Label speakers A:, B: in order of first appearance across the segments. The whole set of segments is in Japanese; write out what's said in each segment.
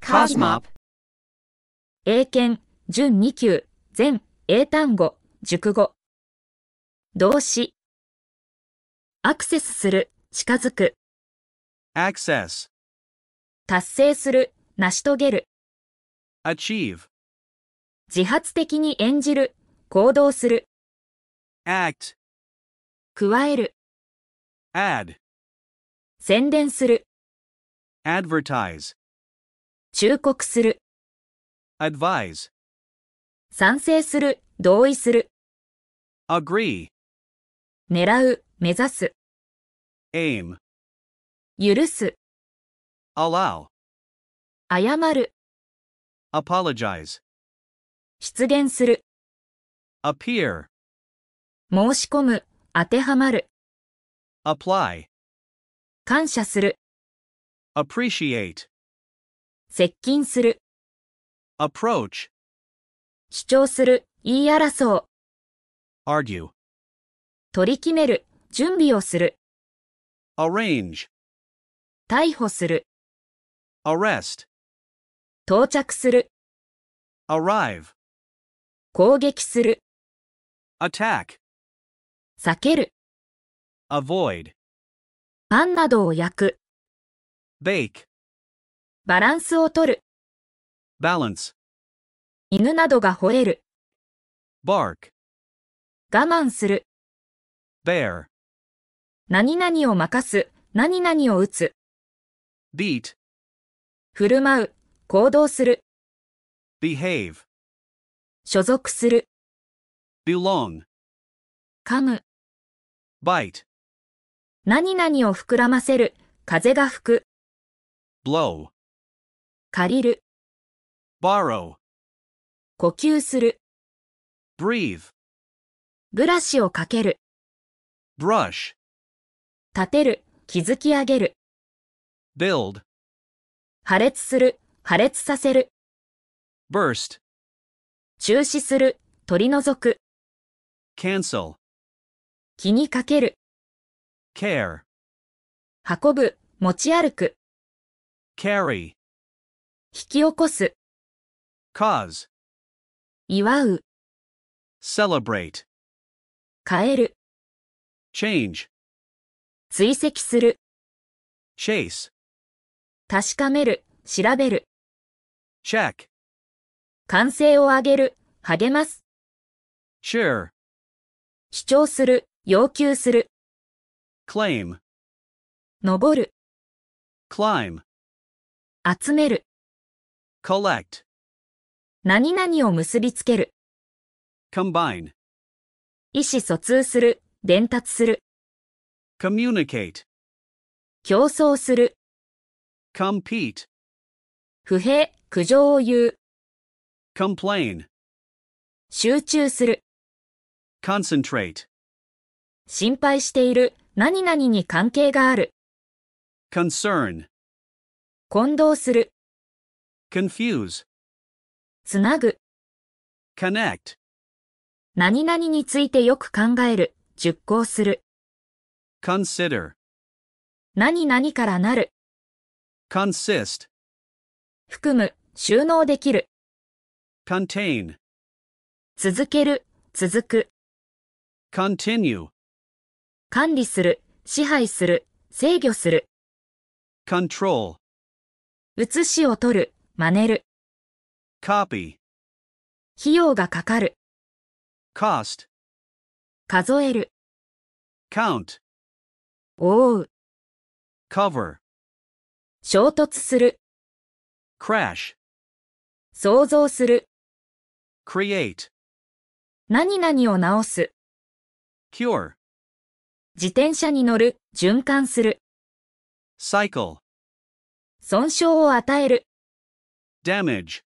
A: Cosmop,
B: 英検準2級全英単語熟語動詞アクセスする近づく
A: access,
B: 達成する成し遂げる
A: achieve,
B: 自発的に演じる行動する
A: act,
B: 加える
A: add,
B: 宣伝する
A: advertise,
B: 忠告する
A: advise,
B: 賛成する同意する
A: agree,
B: 狙う目指す
A: aim,
B: 許す
A: allow,
B: 謝る
A: apologize,
B: 出現する
A: appear,
B: 申し込む当てはまる
A: apply,
B: 感謝する
A: appreciate,
B: 接近する
A: approach,
B: 主張する言い争う
A: argue,
B: 取り決める、準備をする、
A: arrange,
B: 逮捕する、
A: arrest,
B: 到着する、
A: arrive,
B: 攻撃する、
A: attack,
B: 避ける、
A: avoid,
B: パンなどを焼く、
A: bake,
B: バランスを取る、
A: balance,
B: 犬などが吠える、
A: bark,
B: 我慢する、
A: bear,
B: 何々を任す、何々を打つ、
A: beat,
B: 振る舞う、行動する、
A: behave,
B: 所属する、
A: belong,
B: 噛む、
A: bite,
B: 何々を膨らませる、風が吹く、
A: blow,
B: 借りる、
A: borrow,
B: 呼吸する、
A: breathe,
B: ブラシをかける、
A: brush,
B: 立てる、築き上げる、
A: build,
B: 破裂する、破裂させる。
A: burst,
B: 中止する、取り除く、
A: cancel,
B: 気にかける、
A: care,
B: 運ぶ、持ち歩く、
A: carry,
B: 引き起こす、
A: cause,
B: 祝う、
A: celebrate,
B: 変える、
A: change,
B: 追跡する、
A: chase,
B: 確かめる、調べる、
A: check,
B: 完成を上げる、励ます、
A: cheer,
B: 主張する、要求する、
A: claim,
B: 登る、
A: climb,
B: 集める、
A: collect,
B: 何々を結びつける、
A: combine,
B: 意思疎通する、伝達する、
A: communicate,
B: 競争する、
A: compete,
B: 不平、苦情を言う、
A: complain,
B: 集中する、
A: concentrate,
B: 心配している、何々に関係がある。
A: concern,
B: 混同する、
A: confuse,
B: つなぐ、
A: connect,
B: 何々についてよく考える、熟考する、
A: consider,
B: 何々からなる、
A: consist,
B: 含む、収納できる、
A: contain,
B: 続ける、続く、
A: continue,
B: 管理する、支配する、制御する、
A: control,
B: 写しを取る、真似る、
A: copy,
B: 費用がかかる、
A: cost,
B: 数える、
A: count,
B: 覆う、
A: cover,
B: 衝突する、
A: crash,
B: 想像する、
A: create,
B: 何々を直す、
A: cure,
B: 自転車に乗る、循環する、
A: cycle,
B: 損傷を与える、
A: damage,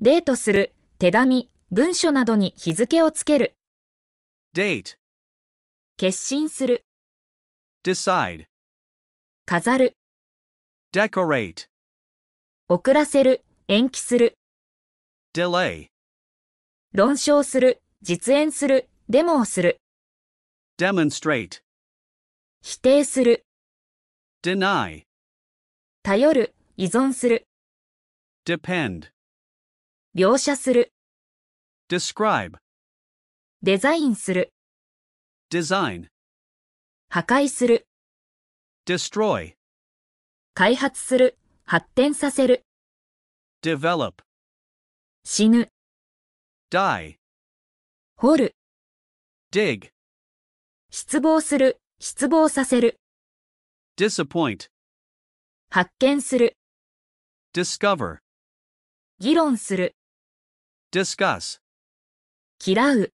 B: デートする、手紙、文書などに日付をつける、
A: date,
B: 決心する、
A: decide,
B: 飾る、
A: decorate,
B: 遅らせる、延期する、
A: delay,
B: 論証する、実演する、デモをする、
A: demonstrate,
B: 否定する、
A: deny,
B: 頼る、依存する。
A: depend,
B: 描写する、
A: describe,
B: デザインする、
A: design,
B: 破壊する、
A: destroy,
B: 開発する、発展させる、
A: develop,
B: 死ぬ、
A: die,
B: 掘る、
A: dig,
B: 失望する、失望させる、
A: disappoint,
B: 発見する、
A: discover,
B: 議論する、
A: discuss,
B: 嫌う、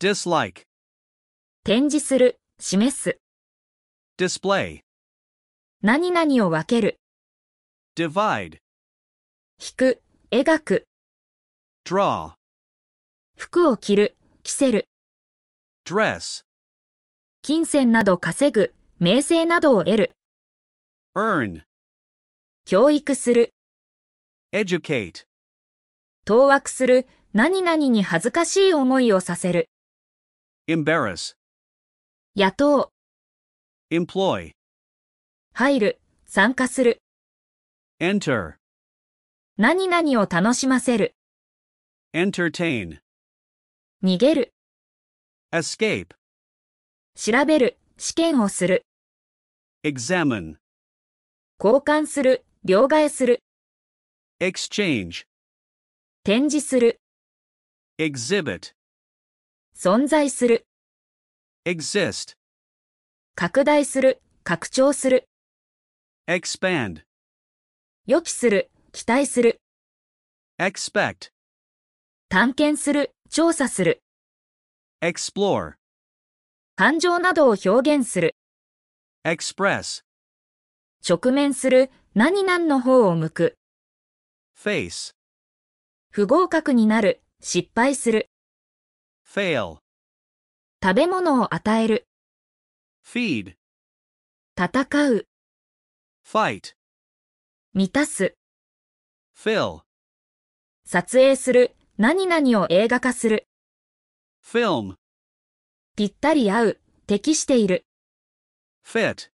A: dislike,
B: 展示する、示す、
A: display,
B: 何々を分ける、
A: divide,
B: 引く、描く、
A: draw,
B: 服を着る、着せる、
A: dress,
B: 金銭など稼ぐ、名声などを得る、
A: earn,
B: 教育する、
A: educate,
B: 当惑する、何々に恥ずかしい思いをさせる、
A: embarrass,
B: 雇う、
A: employ,
B: 入る、参加する、
A: enter,
B: 何々を楽しませる、
A: entertain,
B: 逃げる、
A: escape,
B: 調べる、試験をする、
A: examine,
B: 交換する、両替する、
A: exchange,
B: 展示する、
A: exhibit,
B: 存在する、
A: exist,
B: 拡大する、拡張する、
A: expand,
B: 予期する、期待する、
A: expect,
B: 探検する、調査する、
A: explore,
B: 感情などを表現する、
A: express,
B: 直面する、何々の方を向く、
A: face,
B: 不合格になる、失敗する、
A: fail,
B: 食べ物を与える、
A: feed,
B: 戦う、
A: fight,
B: 満たす、
A: fill,
B: 撮影する、何々を映画化する、
A: film,
B: ぴったり合う、適している、
A: fit,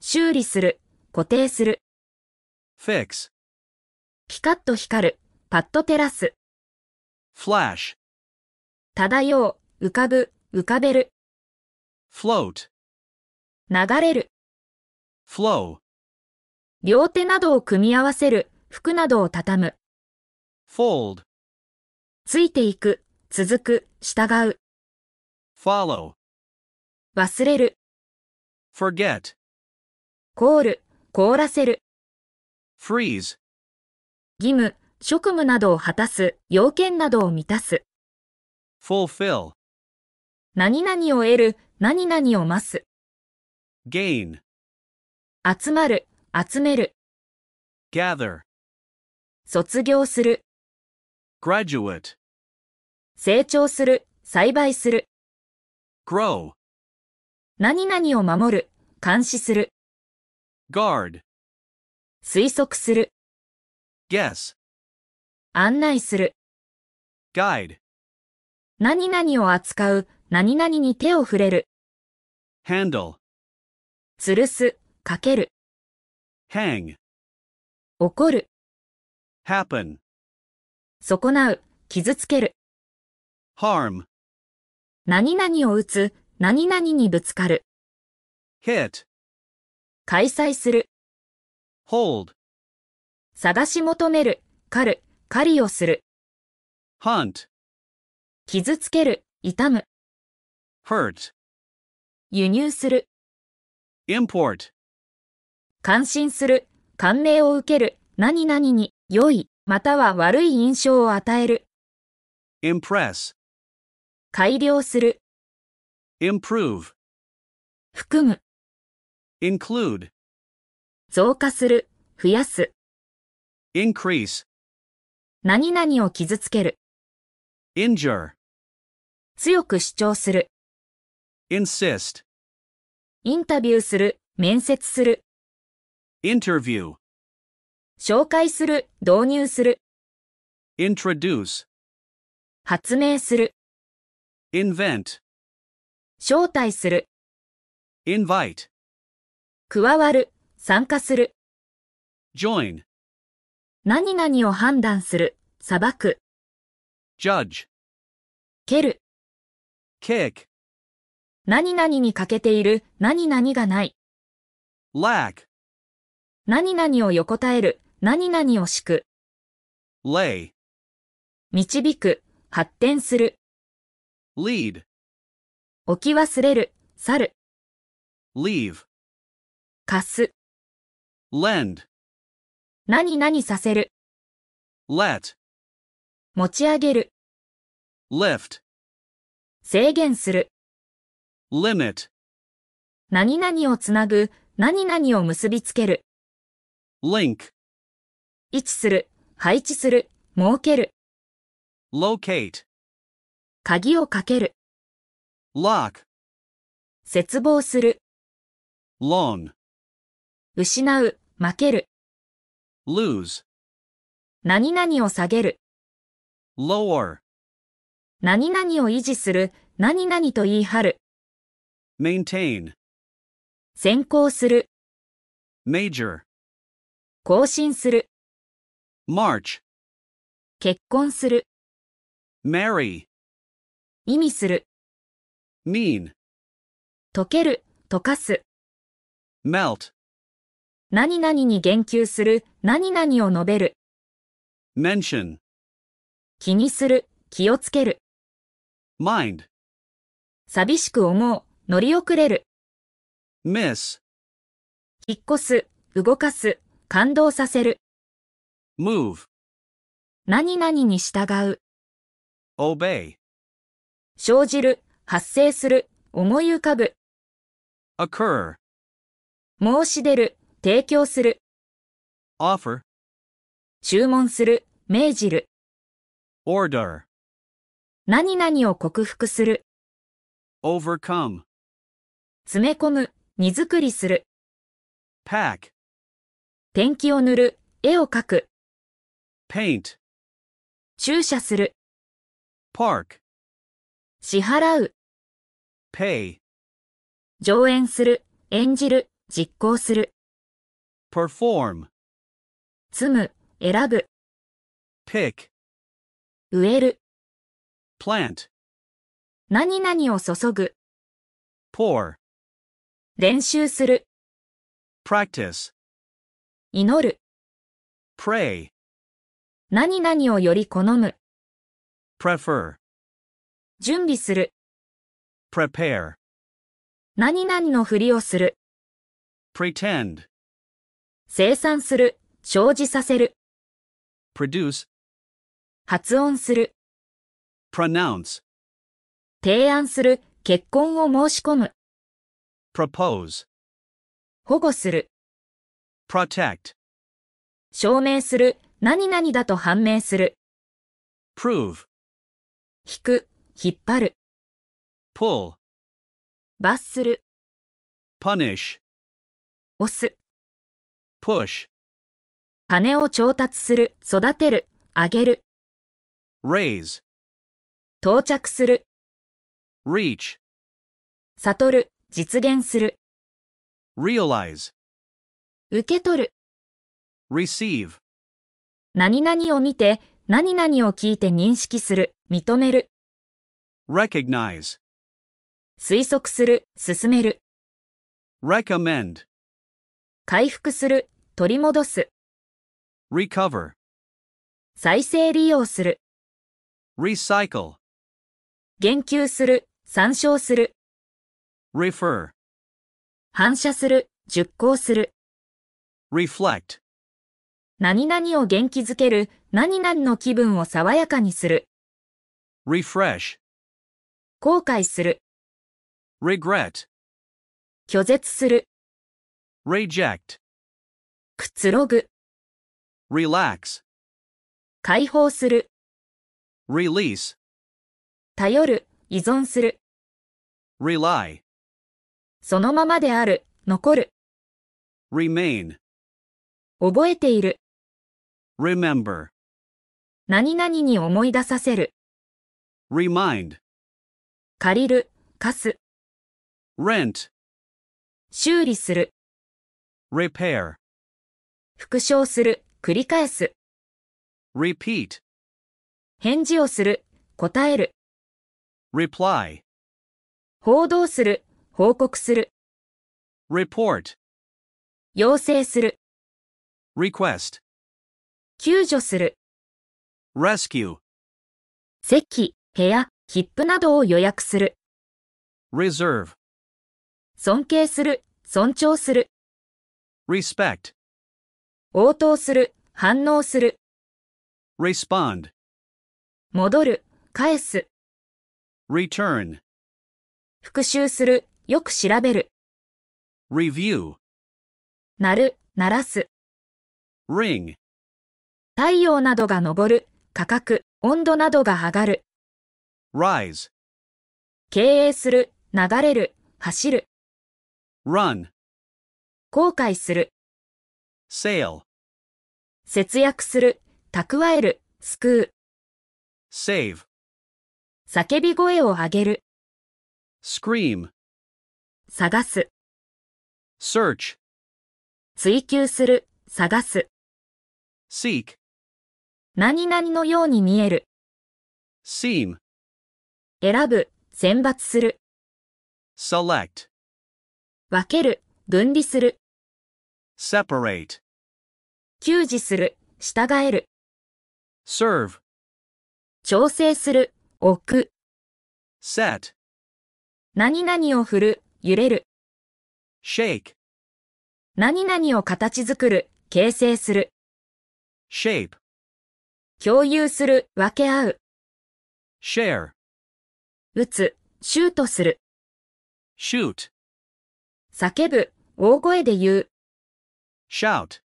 B: 修理する、固定する、
A: fix,
B: ピカッと光る、パッと照らす、
A: flash,
B: 漂う、浮かぶ、浮かべる、
A: float,
B: 流れる、
A: flow,
B: 両手などを組み合わせる、服などを畳む、
A: fold,
B: ついていく、続く、従う、
A: follow,
B: 忘れる、
A: forget,
B: 凍る、凍らせる、
A: freeze,
B: 義務、職務などを果たす、要件などを満たす、
A: fulfill,
B: 何々を得る、何々を増す、
A: gain,
B: 集まる、集める、
A: gather,
B: 卒業する、
A: graduate,
B: 成長する、栽培する、
A: grow,
B: 何々を守る、監視する、
A: guard,
B: 推測する、
A: guess,
B: 案内する、
A: guide,
B: 何々を扱う、何々に手を触れる、
A: handle,
B: 吊るす、かける、
A: hang,
B: 怒る、
A: happen,
B: 損なう、傷つける、
A: harm,
B: 何々を打つ、何々にぶつかる、
A: hit,
B: 開催する、
A: hold,
B: 探し求める、狩る、狩りをする、
A: hunt,
B: 傷つける、痛む、
A: hurt,
B: 輸入する、
A: import,
B: 感心する、感銘を受ける、何々に、良い、または悪い印象を与える、
A: impress,
B: 改良する、
A: improve,
B: 含む、
A: include,
B: 増加する、増やす、
A: increase,
B: 何々を傷つける、
A: injure,
B: 強く主張する、
A: insist,
B: インタビューする、面接する、
A: interview,
B: 紹介する、導入する、
A: introduce,
B: 発明する、
A: invent,
B: 招待する、
A: invite,
B: 加わる、参加する。
A: join,
B: 何々を判断する、裁く、
A: judge,
B: 蹴る、
A: kick,
B: 何々に欠けている、何々がない、
A: lack,
B: 何々を横たえる、何々を敷く、
A: lay,
B: 導く、発展する、
A: lead,
B: 置き忘れる、去る、
A: leave,
B: 貸す、
A: lend,
B: 何々させる、
A: let,
B: 持ち上げる、
A: lift,
B: 制限する、
A: limit,
B: 何々をつなぐ、何々を結びつける、
A: link,
B: 位置する、配置する、設ける、
A: locate,
B: 鍵をかける、
A: lock,
B: 絶望する、
A: loan,
B: 失う、負ける、
A: lose,
B: 何々を下げる、
A: lower,
B: 何々を維持する、何々と言い張る、
A: maintain,
B: 先行する、
A: major,
B: 更新する、
A: march,
B: 結婚する、
A: marry,
B: 意味する、
A: mean,
B: 溶ける、溶かす、
A: melt,
B: 何々に言及する、何々を述べる、
A: mention,
B: 気にする、気をつける、
A: mind,
B: 寂しく思う、乗り遅れる、
A: miss,
B: 引っ越す、動かす、感動させる、
A: move,
B: 何々に従う、
A: obey,
B: 生じる、発生する、思い浮かぶ、
A: occur,
B: 申し出る、提供する、
A: offer,
B: 注文する、命じる、
A: order,
B: 何々を克服する、
A: overcome,
B: 詰め込む、荷造りする、
A: pack,
B: ペンキを塗る、絵を描く、
A: paint,
B: 注射する、
A: park,
B: 支払う、
A: pay,
B: 上演する、演じる、実行する、
A: perform,
B: 積む、選ぶ、
A: pick,
B: 植える、
A: plant,
B: 何々を注ぐ、
A: pour,
B: 練習する、
A: practice,
B: 祈る、
A: pray,
B: 何々をより好む、
A: prefer,
B: 準備する、
A: prepare,
B: 何々のふりをする、
A: pretend,
B: 生産する、生じさせる、
A: produce,
B: 発音する、
A: pronounce,
B: 提案する、結婚を申し込む、
A: propose,
B: 保護する、
A: protect,
B: 証明する、何々だと判明する、
A: prove,
B: 引く、引っ張る、
A: pull,
B: 罰する、
A: punish,
B: 押す、
A: push,
B: 金を調達する、育てる、あげる、
A: raise,
B: 到着する、
A: reach,
B: 悟る、実現する、
A: realize,
B: 受け取る、
A: receive,
B: 何々を見て、何々を聞いて認識する、認める、
A: recognize,
B: 推測する、進める、
A: recommend,
B: 回復する、取り戻す、
A: recover,
B: 再生利用する、
A: recycle,
B: 言及する、参照する、
A: refer,
B: 反射する、熟考する、
A: reflect,
B: 何々を元気づける、何々の気分を爽やかにする、
A: refresh,
B: 後悔する、
A: regret,
B: 拒絶する、
A: reject,
B: くつろぐ、
A: relax,
B: 解放する、
A: release,
B: 頼る、依存する、
A: rely,
B: そのままである、残る、
A: remain,
B: 覚えている、
A: remember,
B: 何々に思い出させる、
A: remind,
B: 借りる、貸す、
A: rent,
B: 修理する、
A: repair.
B: 復唱する、繰り返す。
A: repeat,
B: 返事をする、答える、
A: reply,
B: 報道する、報告する、
A: report,
B: 要請する、
A: request,
B: 救助する、
A: rescue,
B: 席、部屋、切符などを予約する、
A: reserve,
B: 尊敬する、尊重する、
A: respect,
B: 応答する、反応する、
A: respond,
B: 戻る、返す、
A: return,
B: 復習する、よく調べる、
A: review,
B: 鳴る、鳴らす、
A: ring,
B: 太陽などが昇る、価格、温度などが上がる、
A: rise,
B: 経営する、流れる、走る、
A: run,
B: 後悔する、
A: sail,
B: 節約する、蓄える、救う、
A: save,
B: 叫び声を上げる、
A: scream,
B: 探す、
A: search,
B: 追求する、探す、
A: seek,
B: 何々のように見える、
A: seem,
B: 選ぶ、選抜する、
A: select,
B: 分ける、分離する、
A: separate,
B: 給仕する、従える、
A: serve,
B: 調整する、置く、
A: set,
B: 何々を振る、揺れる、
A: shake,
B: 何々を形作る、形成する、
A: shape,
B: 共有する、分け合う、
A: share,
B: 打つ、シュートする、
A: shoot,
B: 叫ぶ、大声で言う、
A: shout,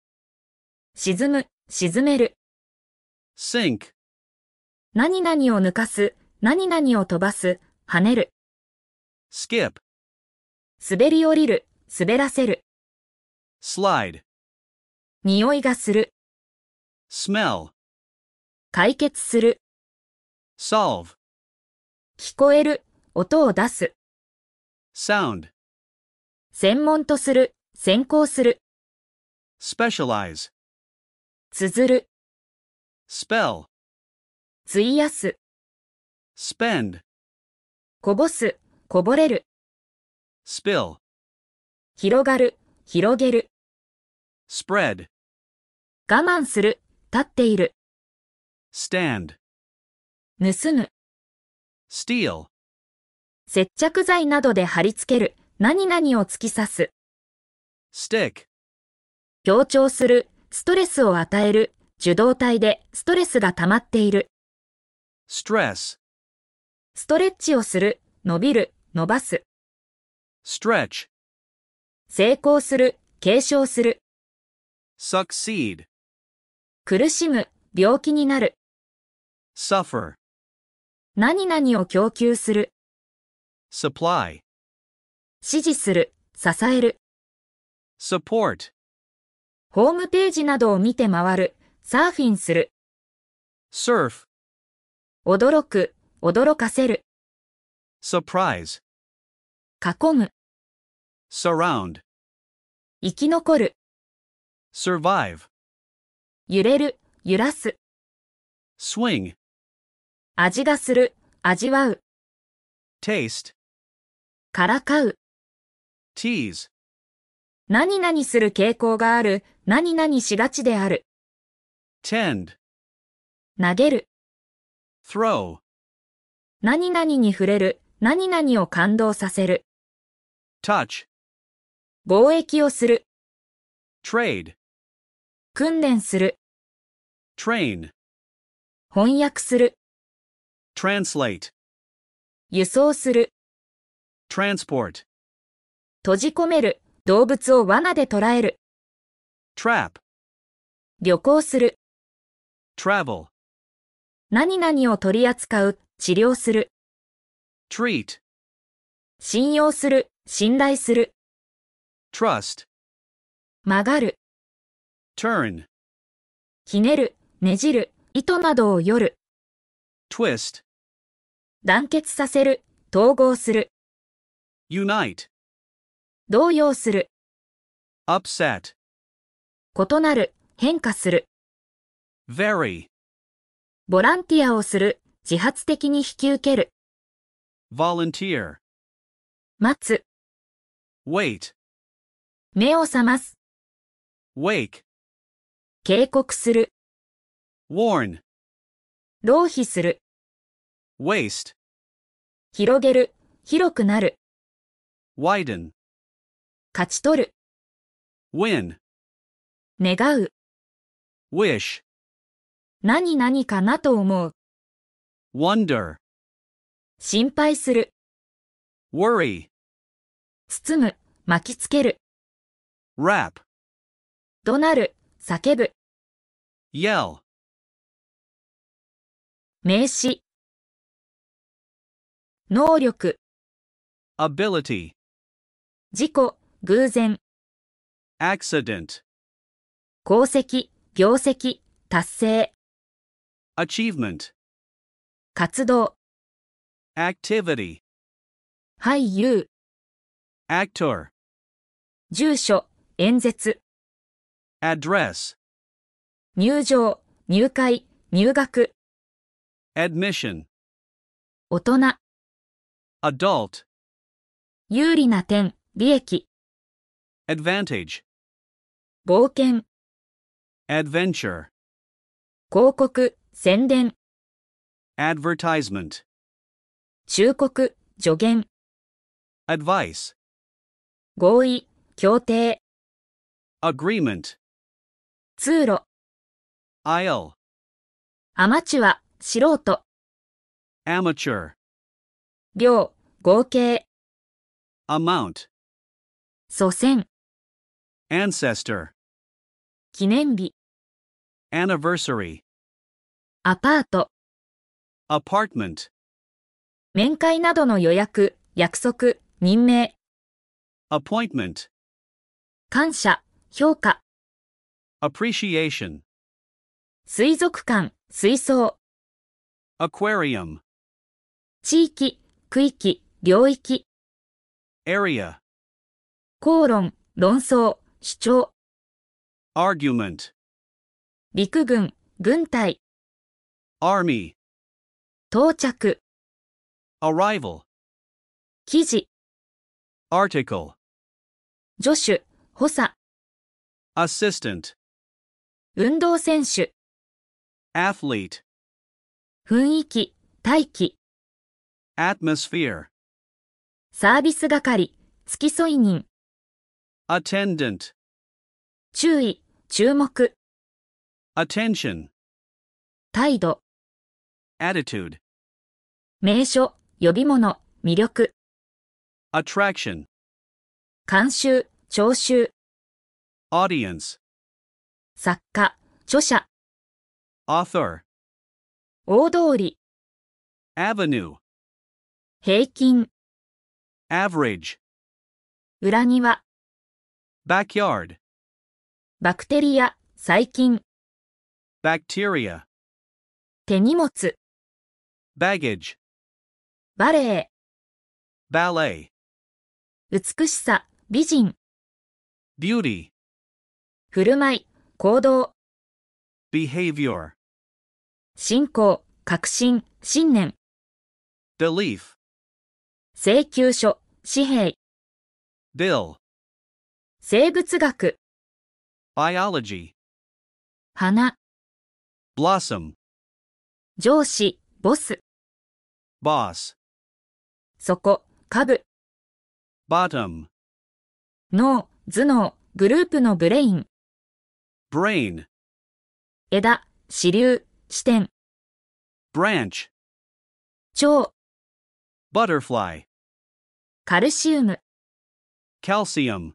B: 沈む、沈める、
A: sink,
B: 何々を抜かす、何々を飛ばす、跳ねる、
A: skip,
B: 滑り降りる、滑らせる、
A: slide,
B: 匂いがする、
A: smell,
B: 解決する、
A: solve,
B: 聞こえる、音を出す、
A: sound,
B: 専門とする、先行する、
A: specialize,
B: 綴る、
A: spell,
B: 費やす、
A: spend,
B: こぼす、こぼれる、
A: spill,
B: 広がる、広げる、
A: spread,
B: 我慢する、立っている、
A: stand,
B: 盗む、
A: steal,
B: 接着剤などで貼り付ける、何々を突き刺す、
A: stick,
B: 強調する、ストレスを与える、受動体でストレスが溜まっている、
A: stress,
B: ストレッチをする、伸びる、伸ばす、
A: stretch,
B: 成功する、継承する、
A: succeed,
B: 苦しむ、病気になる、
A: suffer,
B: 何々を供給する、
A: supply,
B: 支持する、支える、
A: support,
B: ホームページなどを見て回る、サーフィンする、
A: surf,
B: 驚く、驚かせる、
A: surprise,
B: 囲む、
A: surround,
B: 生き残る、
A: survive,
B: 揺れる、揺らす、
A: swing,
B: 味がする、味わう、
A: taste,
B: からかう、
A: tease,
B: 何々する傾向がある、何々しがちである、
A: tend,
B: 投げる、
A: throw,
B: 何々に触れる、何々を感動させる、
A: touch,
B: 貿易をする、
A: trade,
B: 訓練する、
A: train,
B: 翻訳する、
A: translate,
B: 輸送する、
A: transport,
B: 閉じ込める、動物を罠で捕らえる、
A: trap,
B: 旅行する、
A: travel,
B: 何々を取り扱う、治療する、
A: treat,
B: 信用する、信頼する、
A: trust,
B: 曲がる、
A: turn,
B: ひねる、ねじる、糸などをよる、
A: twist,
B: 団結させる、統合する、
A: unite,
B: 動揺する、
A: upset,
B: 異なる、変化する。
A: vary.
B: ボランティアをする、自発的に引き受ける、
A: volunteer,
B: 待つ、
A: wait,
B: 目を覚ます、
A: wake,
B: 警告する、
A: warn,
B: 浪費する、
A: waste,
B: 広げる、広くなる、
A: widen,
B: 勝ち取る、
A: win,
B: 願う、
A: wish,
B: 何々かなと思う、
A: wonder,
B: 心配する、
A: worry,
B: 包む、巻きつける、
A: rap,
B: 怒鳴る、叫ぶ、
A: yell,
B: 名詞。能力、
A: ability,
B: 事故、偶然、
A: accident,
B: 功績、業績、達成、
A: achievement,
B: 活動、
A: activity,
B: 俳優、
A: actor,
B: 住所、演説、
A: address,
B: 入場、入会、入学、
A: admission,
B: 大人、
A: adult,
B: 有利な点、利益、
A: advantage,
B: 冒険、
A: adventure,
B: 広告、宣伝、
A: advertisement,
B: 忠告、助言、
A: advice,
B: 合意、協定、
A: agreement,
B: 通路、
A: aisle,
B: アマチュア、素人、
A: amateur,
B: 量、合計、
A: amount,
B: 祖先、
A: ancestor,
B: 記念日、
A: anniversary,
B: アパート、
A: apartment,
B: 面会などの予約、約束、任命、
A: appointment,
B: 感謝、評価、
A: appreciation,
B: 水族館、水槽、
A: aquarium,
B: 地域、区域、領域、
A: area,
B: 口論、論争、主張、
A: argument,
B: 陸軍、軍隊、
A: army,
B: 到着、
A: arrival,
B: 記事、
A: article,
B: 助手、補佐、
A: assistant,
B: 運動選手、
A: athlete,
B: 雰囲気、待機、
A: atmosphere,
B: サービス係、付き添い人、
A: attendant,
B: 注意、注目、
A: attention,
B: 態度、
A: attitude,
B: 名所、呼び物、魅力、
A: attraction,
B: 監修、聴衆、
A: audience,
B: 作家、著者、
A: author,
B: 大通り、
A: avenue,
B: 平均、
A: average,
B: 裏庭、
A: backyard,
B: バクテリア、細菌、
A: bacteria,
B: 手荷物、
A: baggage,
B: バレ
A: ballet,
B: エ、美しさ、美人、
A: beauty,
B: 振る舞い、行動、
A: behavior,
B: 信仰、革新、信念、
A: belief,
B: 請求書、紙幣、
A: bill,
B: 生物学、
A: biology,
B: 花、
A: blossom,
B: 上司、ボス、
A: boss,
B: 底、株、
A: bottom,
B: 脳、頭脳、グループのブレイン、
A: brain,
B: 枝、支流、支点、
A: branch,
B: 腸、
A: butterfly,
B: カルシウム、
A: calcium,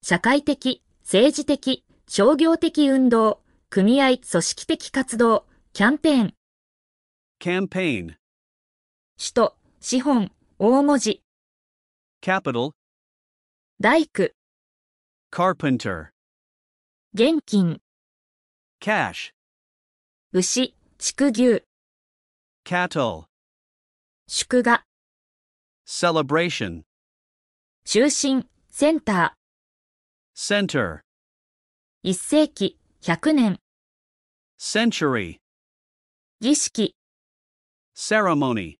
B: 社会的、政治的、商業的運動、組合組織的活動、キャンペーン、
A: campaign,
B: 首都、資本、大文字、
A: capital,
B: 大工、
A: carpenter,
B: 現金、
A: cash,
B: 牛、畜牛、
A: cattle,
B: 祝賀、
A: celebration,
B: 中心、センタ
A: center,
B: ー、一世紀、100年、
A: century,
B: 儀式、
A: ceremony,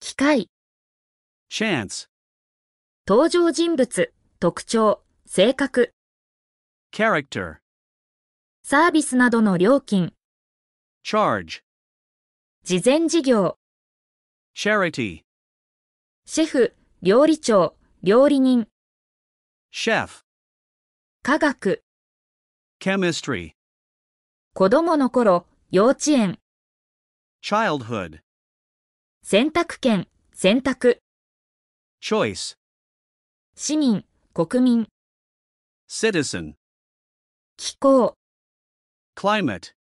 B: 機械、
A: chance,
B: 登場人物、特徴、性格、
A: character,
B: サービスなどの料金、
A: charge,
B: 慈善事業、
A: charity,
B: シェフ、料理長、料理人、
A: chef,
B: 科学、
A: chemistry,
B: 子供の頃、幼稚園、
A: childhood,
B: 選択権、選択、
A: choice,
B: 市民、国民、
A: citizen,
B: 気候、
A: climate,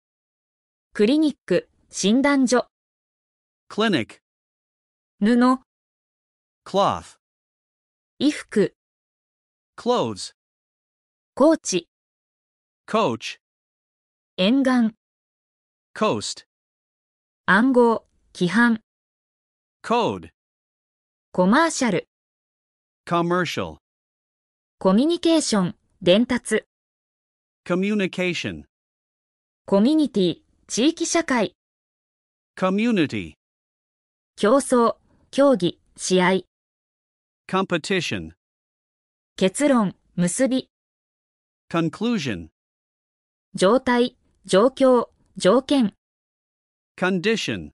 B: クリニック、診断所、
A: clinic,
B: 布、
A: cloth,
B: 衣服、
A: clothes,
B: 高知、
A: coach,
B: 沿岸、
A: coast,
B: 暗号、規範、
A: code,
B: コマーシャル、
A: commercial,
B: コミュニケーション、伝達、
A: communication,
B: コミュニティ、地域社会、
A: community,
B: 競争、競技、試合、
A: competition,
B: 結論、結び、
A: conclusion,
B: 状態、状況、条件、
A: condition,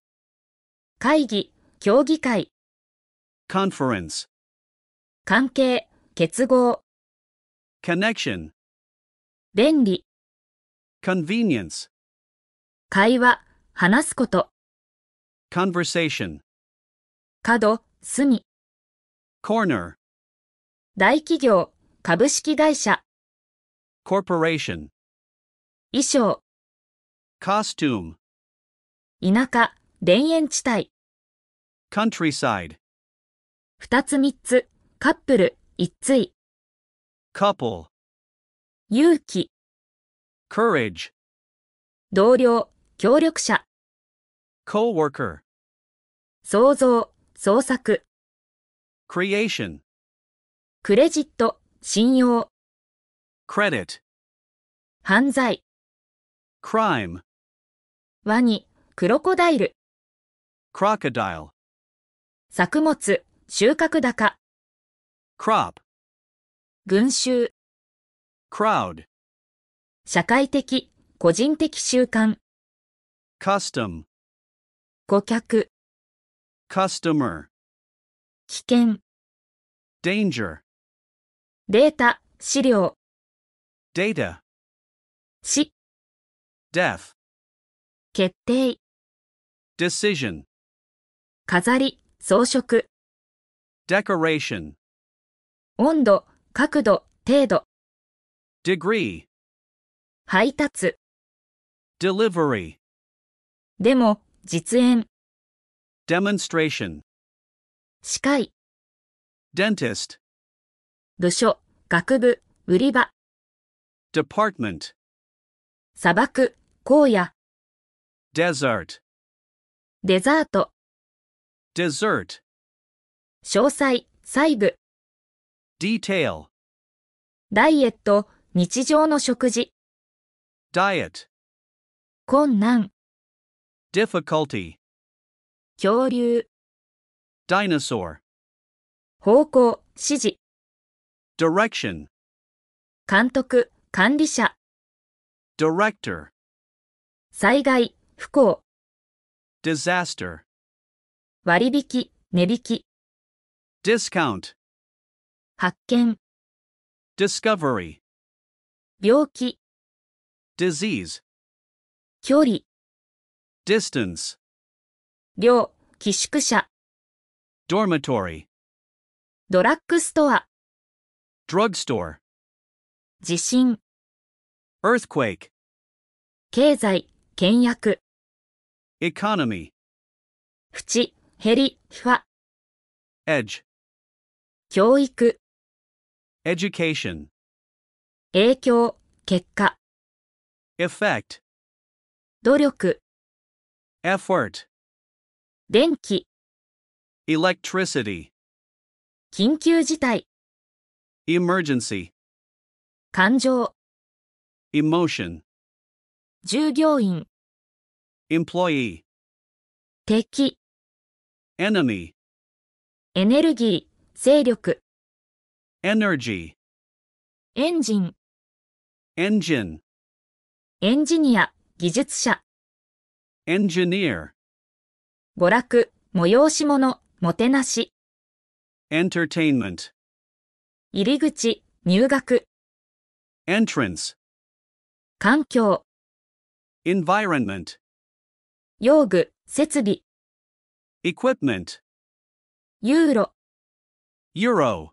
B: 会議、協議会、
A: conference,
B: 関係、結合、
A: connection,
B: 便利、
A: convenience,
B: 会話、話すこと、
A: conversation,
B: 角、隅、
A: corner,
B: 大企業、株式会社、
A: corporation,
B: 衣装、
A: costume,
B: 田舎、田園地帯、
A: countryside,
B: 二つ三つ、カップル、一対、
A: couple,
B: 勇気、
A: courage,
B: 同僚、協力者、
A: co-worker,
B: 創造、創作、
A: creation,
B: クレジット、信用、
A: credit,
B: 犯罪、
A: crime,
B: ワニ、クロコダイル、
A: crocodile,
B: 作物、収穫高、
A: crop,
B: 群衆、
A: crowd,
B: 社会的、個人的習慣、
A: custom,
B: 顧客、
A: customer,
B: 危険、
A: danger,
B: データ、資料、
A: data,
B: 死、
A: death,
B: 決定、
A: decision,
B: 飾り、装飾、
A: decoration,
B: 温度、角度、程度、
A: degree,
B: 配達、
A: delivery,
B: でも、実演、
A: demonstration,
B: 歯科医、
A: dentist,
B: 部署、学部、売り場、
A: department,
B: 砂漠、荒野、
A: desert,
B: デザート、
A: dessert,
B: 詳細、細部、
A: detail,
B: ダイエット、日常の食事、
A: diet,
B: 困難、
A: difficulty,
B: 恐竜、
A: dinosaur,
B: 方向、指示、
A: direction,
B: 監督、管理者、
A: director,
B: 災害、不幸、
A: disaster,
B: 割引、値引き、
A: discount,
B: 発見、
A: discovery,
B: 病気、
A: disease,
B: 距離、
A: distance,
B: 量、寄宿舎、
A: dormitory,
B: ドラッグストア、
A: drugstore,
B: 地震、
A: earthquake,
B: 経済、倹約、
A: economy,
B: 縁、減り、ふわ、
A: edge,
B: 教育、
A: education,
B: 影響、結果、
A: effect,
B: 努力、
A: effort,
B: 電気、
A: electricity,
B: 緊急事態、
A: emergency,
B: 感情、
A: emotion.
B: 従業員。
A: employee,
B: 敵、
A: enemy,
B: エネルギー、勢力、
A: energy,
B: エンジン、
A: engine,
B: エンジニア、技術者、
A: engineer,
B: 娯楽、催し物、もてなし、
A: entertainment,
B: 入り口、入学、
A: entrance,
B: 環境、
A: environment,
B: 用具、設備、
A: equipment,
B: ユーロ、
A: euro,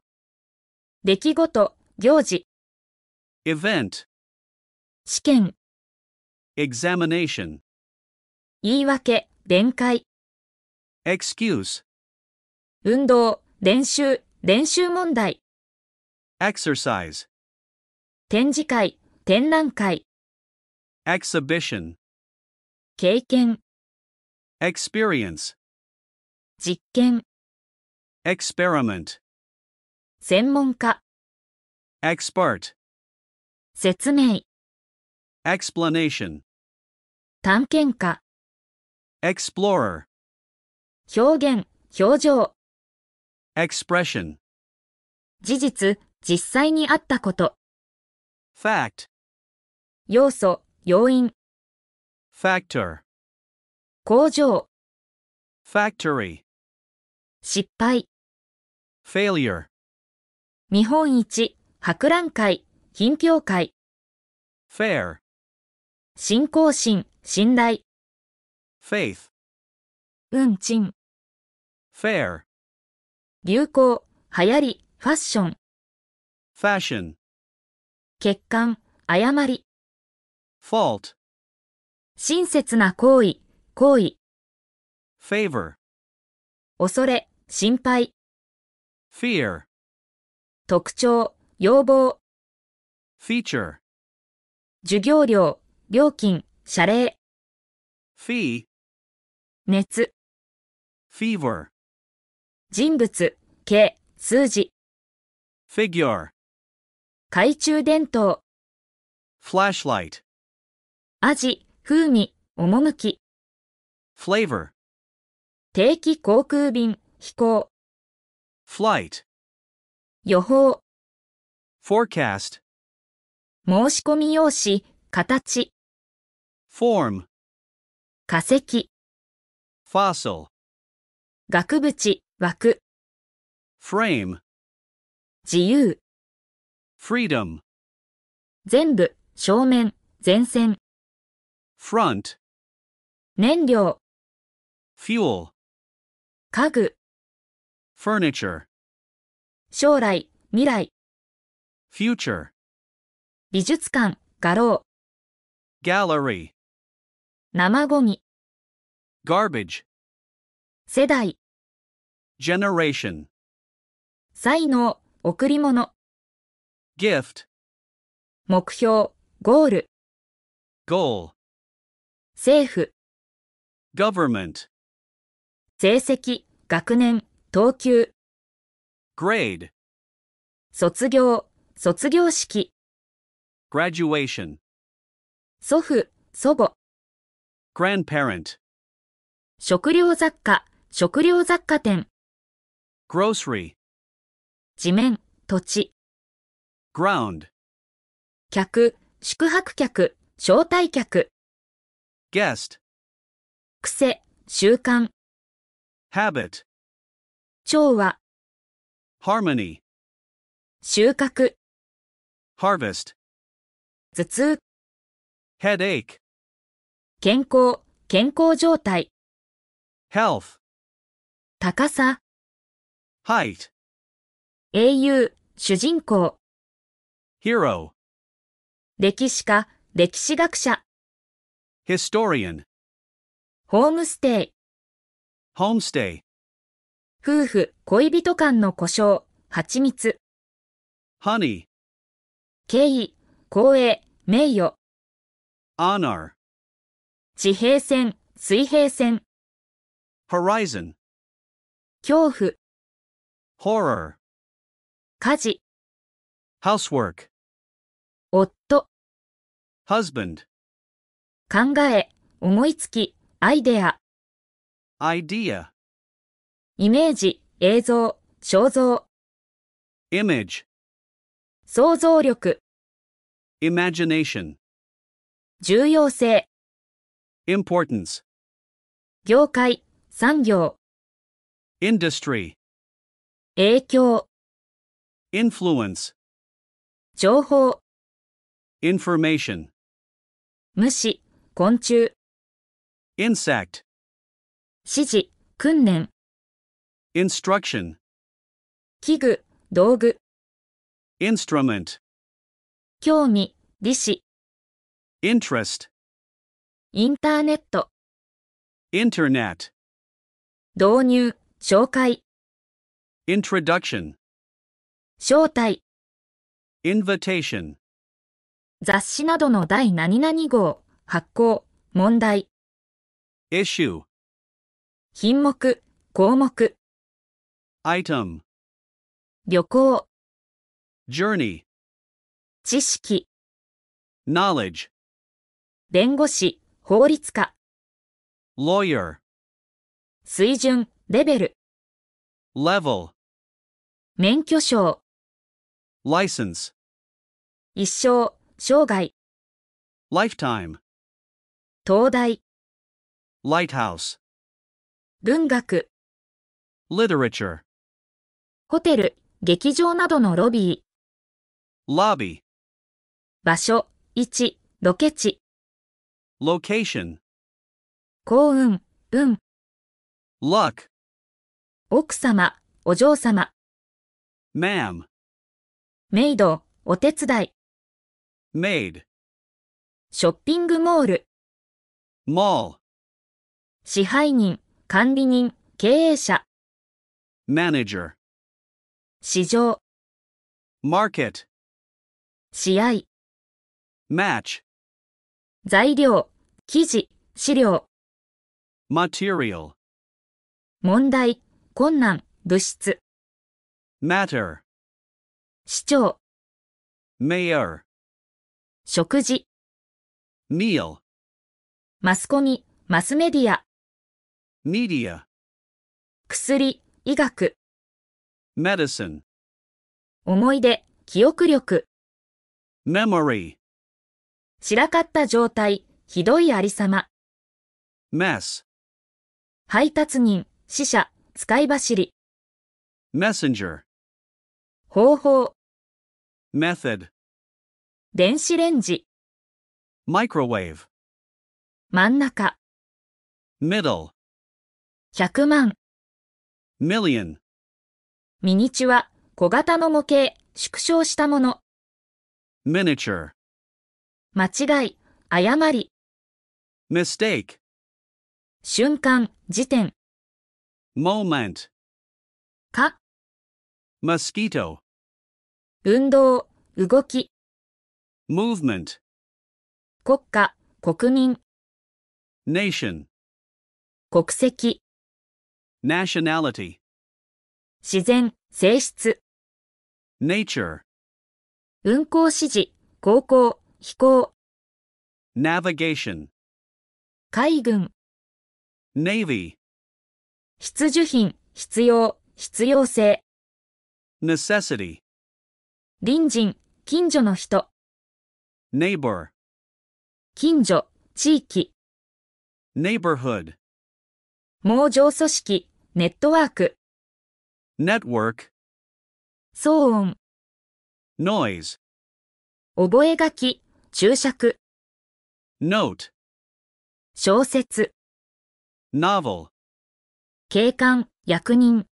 B: 出来事、行事、
A: event,
B: 試験、
A: examination,
B: 言い訳、弁解、
A: excuse,
B: 運動、練習、練習問題、
A: exercise,
B: 展示会、展覧会、
A: exhibition,
B: 経験、
A: experience,
B: 実験、
A: experiment,
B: 専門家、
A: expert,
B: 説明、
A: explanation,
B: 探検家、
A: explorer,
B: 表現、表情、
A: expression,
B: 事実、実際にあったこと、
A: fact,
B: 要素、要因、
A: factor,
B: 工場、
A: factory,
B: 失敗、
A: failure,
B: 見本市、博覧会、品評会、
A: fair,
B: 信仰心、信頼、
A: faith,
B: 運賃、
A: fair,
B: 流行、流行り、ファッション、
A: fashion,
B: 欠陥、誤り、
A: fault,
B: 親切な行為、行為、
A: favor,
B: 恐れ、心配、
A: fear,
B: 特徴、要望、
A: feature,
B: 授業料、料金、謝礼、
A: fee,
B: 熱、
A: fever,
B: 人物、系、数字、
A: figure,
B: 懐中電灯、
A: flashlight,
B: 味、風味、趣、
A: flavor,
B: 定期航空便、飛行、
A: flight,
B: 予報、
A: forecast,
B: 申し込み用紙、形、
A: form,
B: 化石、
A: fossil,
B: 額縁、枠、
A: frame,
B: 自由、
A: freedom,
B: 全部、正面、前線、
A: front,
B: 燃料、
A: fuel,
B: 家具、
A: furniture,
B: 将来、未来、
A: future,
B: 美術館、画廊、
A: gallery,
B: 生ゴミ、
A: garbage,
B: 世代、
A: generation,
B: 才能、贈り物、
A: gift,
B: 目標、ゴール、
A: goal,
B: 政府、
A: government,
B: 成績、学年、等級、
A: grade,
B: 卒業、卒業式、
A: graduation,
B: 祖父、祖母、
A: grandparent,
B: 食料雑貨、食料雑貨店、
A: grocery,
B: 地面、土地、
A: ground,
B: 客、宿泊客、招待客、
A: guest,
B: 癖、習慣、
A: habit,
B: 調和、
A: harmony,
B: 収穫、
A: harvest,
B: 頭痛、
A: headache,
B: 健康、健康状態、
A: health,
B: 高さ、
A: height,
B: 英雄、主人公、
A: hero,
B: 歴史家、歴史学者、
A: historian,
B: ホームステイ、
A: homestay,
B: 夫婦、恋人間の故障、蜂蜜、
A: honey,
B: 敬意、光栄、名誉、
A: honor,
B: 地平線、水平線、
A: horizon,
B: 恐怖、
A: horror,
B: 家事、
A: housework,
B: 夫、
A: husband,
B: 考え、思いつき、アイデア、
A: idea,
B: イメージ、映像、肖像、
A: image,
B: 想像力、
A: imagination,
B: 重要性、
A: importance,
B: 業界、産業、
A: industry,
B: 影響、
A: influence,
B: 情報、
A: information,
B: 虫、昆虫、
A: insect,
B: 指示、訓練、
A: instruction,
B: 器具、道具、
A: instrument,
B: 興味、利子、
A: interest,
B: インターネット、
A: internet,
B: 導入、紹介、
A: introduction,
B: 招待、
A: invitation,
B: 雑誌などの第何々号、発行、問題、
A: issue,
B: 品目、項目、
A: item,
B: 旅行、
A: journey,
B: 知識、
A: knowledge,
B: 弁護士、法律家、
A: lawyer,
B: 水準、レベル、
A: level,
B: 免許証、
A: license,
B: 一生、生涯、
A: lifetime,
B: 東大、
A: lighthouse,
B: 文学、
A: literature,
B: ホテル、劇場などのロビー、
A: lobby,
B: 場所、位置、ロケ地、
A: location,
B: 幸運、運、
A: luck,
B: 奥様、お嬢様、
A: ma'am,
B: メイド、お手伝い、
A: maid,
B: ショッピングモール、
A: mall,
B: 支配人、管理人、経営者、
A: manager,
B: 市場、
A: market,
B: 試合、
A: match,
B: 材料、記事、資料、
A: material,
B: 問題、困難、物質、
A: matter,
B: 市長、
A: mayor,
B: 食事、
A: meal,
B: マスコミ、マスメディア、
A: media,
B: 薬、医学、
A: medicine,
B: 思い出、記憶力、
A: memory,
B: 散らかった状態、ひどいありさま、
A: mess,
B: 配達人、死者、使い走り、
A: messenger,
B: 方法、
A: method,
B: 電子レンジ、
A: microwave,
B: 真ん中、
A: middle,
B: 100万、
A: million,
B: ミニチュア、小型の模型、縮小したもの、
A: miniature,
B: 間違い、誤り、
A: mistake,
B: 瞬間、時点、
A: moment,
B: か、
A: mosquito,
B: 運動、動き、
A: movement,
B: 国家、国民、
A: nation,
B: 国籍、
A: nationality,
B: 自然、性質、
A: nature,
B: 運行指示、航行、飛行、
A: navigation,
B: 海軍、
A: navy,
B: 必需品、必要、必要性、
A: necessity,
B: 隣人、近所の人、
A: neighbor,
B: 近所、地域、
A: neighborhood,
B: 網上組織、ネットワーク、
A: network,
B: 騒音、
A: noise,
B: 覚書き、注釈、
A: note,
B: 小説、
A: novel,
B: 警官、役人、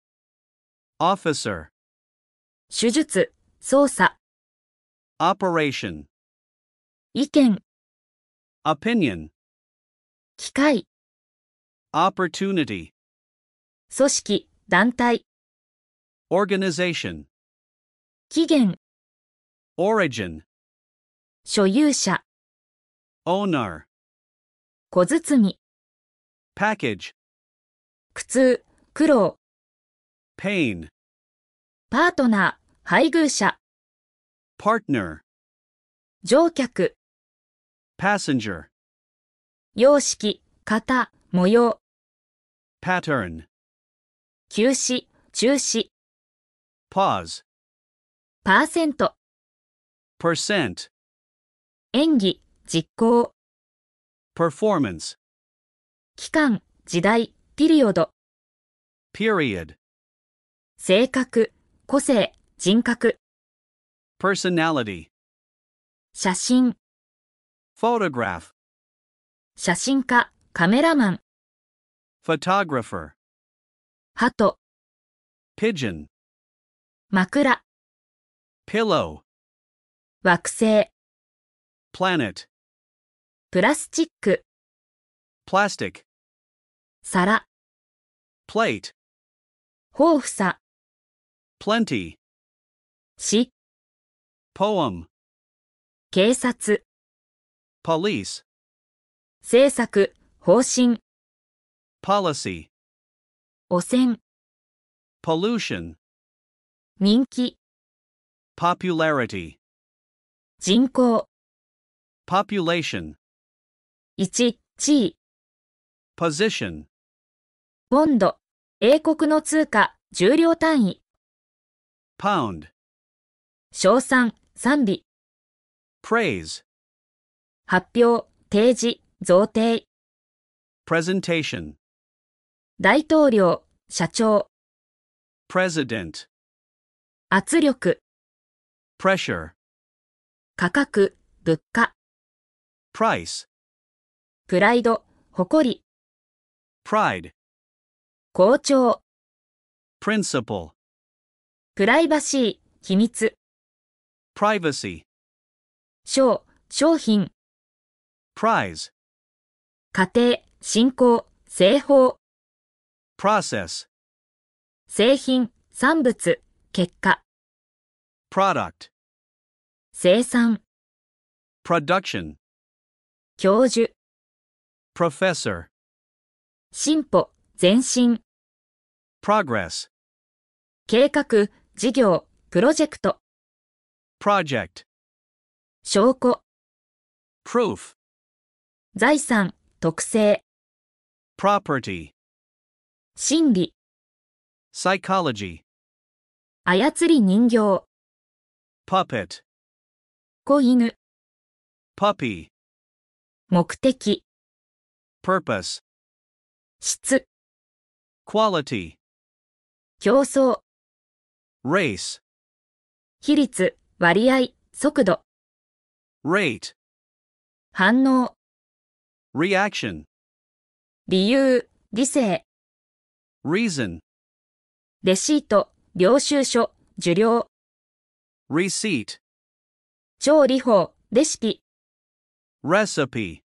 A: officer,
B: 手術、捜査、
A: operation,
B: 意見、
A: opinion,
B: 機械、
A: opportunity,
B: 組織、団体、
A: organization,
B: 期限、
A: origin,
B: 所有者、
A: owner,
B: 小包、
A: package,
B: 苦痛、苦労、
A: pain,
B: パートナー、配偶者、
A: partner,
B: 乗客、
A: passenger,
B: 様式、型、模様、
A: pattern,
B: 休止、中止、
A: pause,
B: パーセント、
A: percent,
B: 演技、実行、
A: performance,
B: 期間、時代、ピリオド、
A: period,
B: 性格、個性、人格、
A: personality,
B: 写真、
A: photograph,
B: 写真家、カメラマン、
A: photographer,
B: 鳩、
A: pigeon,
B: 枕、
A: pillow,
B: 惑星、
A: planet,
B: プラスチック、
A: plastic,
B: 皿、
A: plate,
B: 豊富さ、
A: plenty,
B: 詩、
A: poem,
B: 警察、
A: police,
B: 政策、方針、
A: policy,
B: 汚染、
A: pollution,
B: 人気、
A: popularity,
B: 人口、
A: population,
B: 1、地位、
A: position,
B: ポンド、英国の通貨、重量単位、
A: pound,
B: 賞賛、賛美、
A: praise,
B: 発表、提示、贈呈、
A: presentation,
B: 大統領、社長、
A: president,
B: 圧力、
A: pressure,
B: 価格、物価、
A: price,
B: プライド、誇り、
A: pride,
B: 校長、
A: principle,
B: プライバシー、秘密、
A: privacy,
B: 賞、商品、
A: prize,
B: 家庭、信仰、製法、
A: process,
B: 製品、産物、結果、
A: product,
B: 生産、
A: production,
B: 教授、
A: professor,
B: 進歩、前進、
A: progress,
B: 計画、事業、プロジェクト、
A: project,
B: 証拠、
A: proof,
B: 財産、特性、
A: property,
B: 心理、
A: psychology,
B: 操り人形、
A: puppet,
B: 子犬、
A: puppy,
B: 目的、
A: purpose,
B: 質、
A: quality,
B: 競争、
A: race,
B: 比率、割合、速度、
A: rate,
B: 反応、
A: reaction,
B: 理由、理性、
A: reason,
B: レシート、領収書、受領、
A: receipt,
B: 調理法、レシピ、
A: recipe,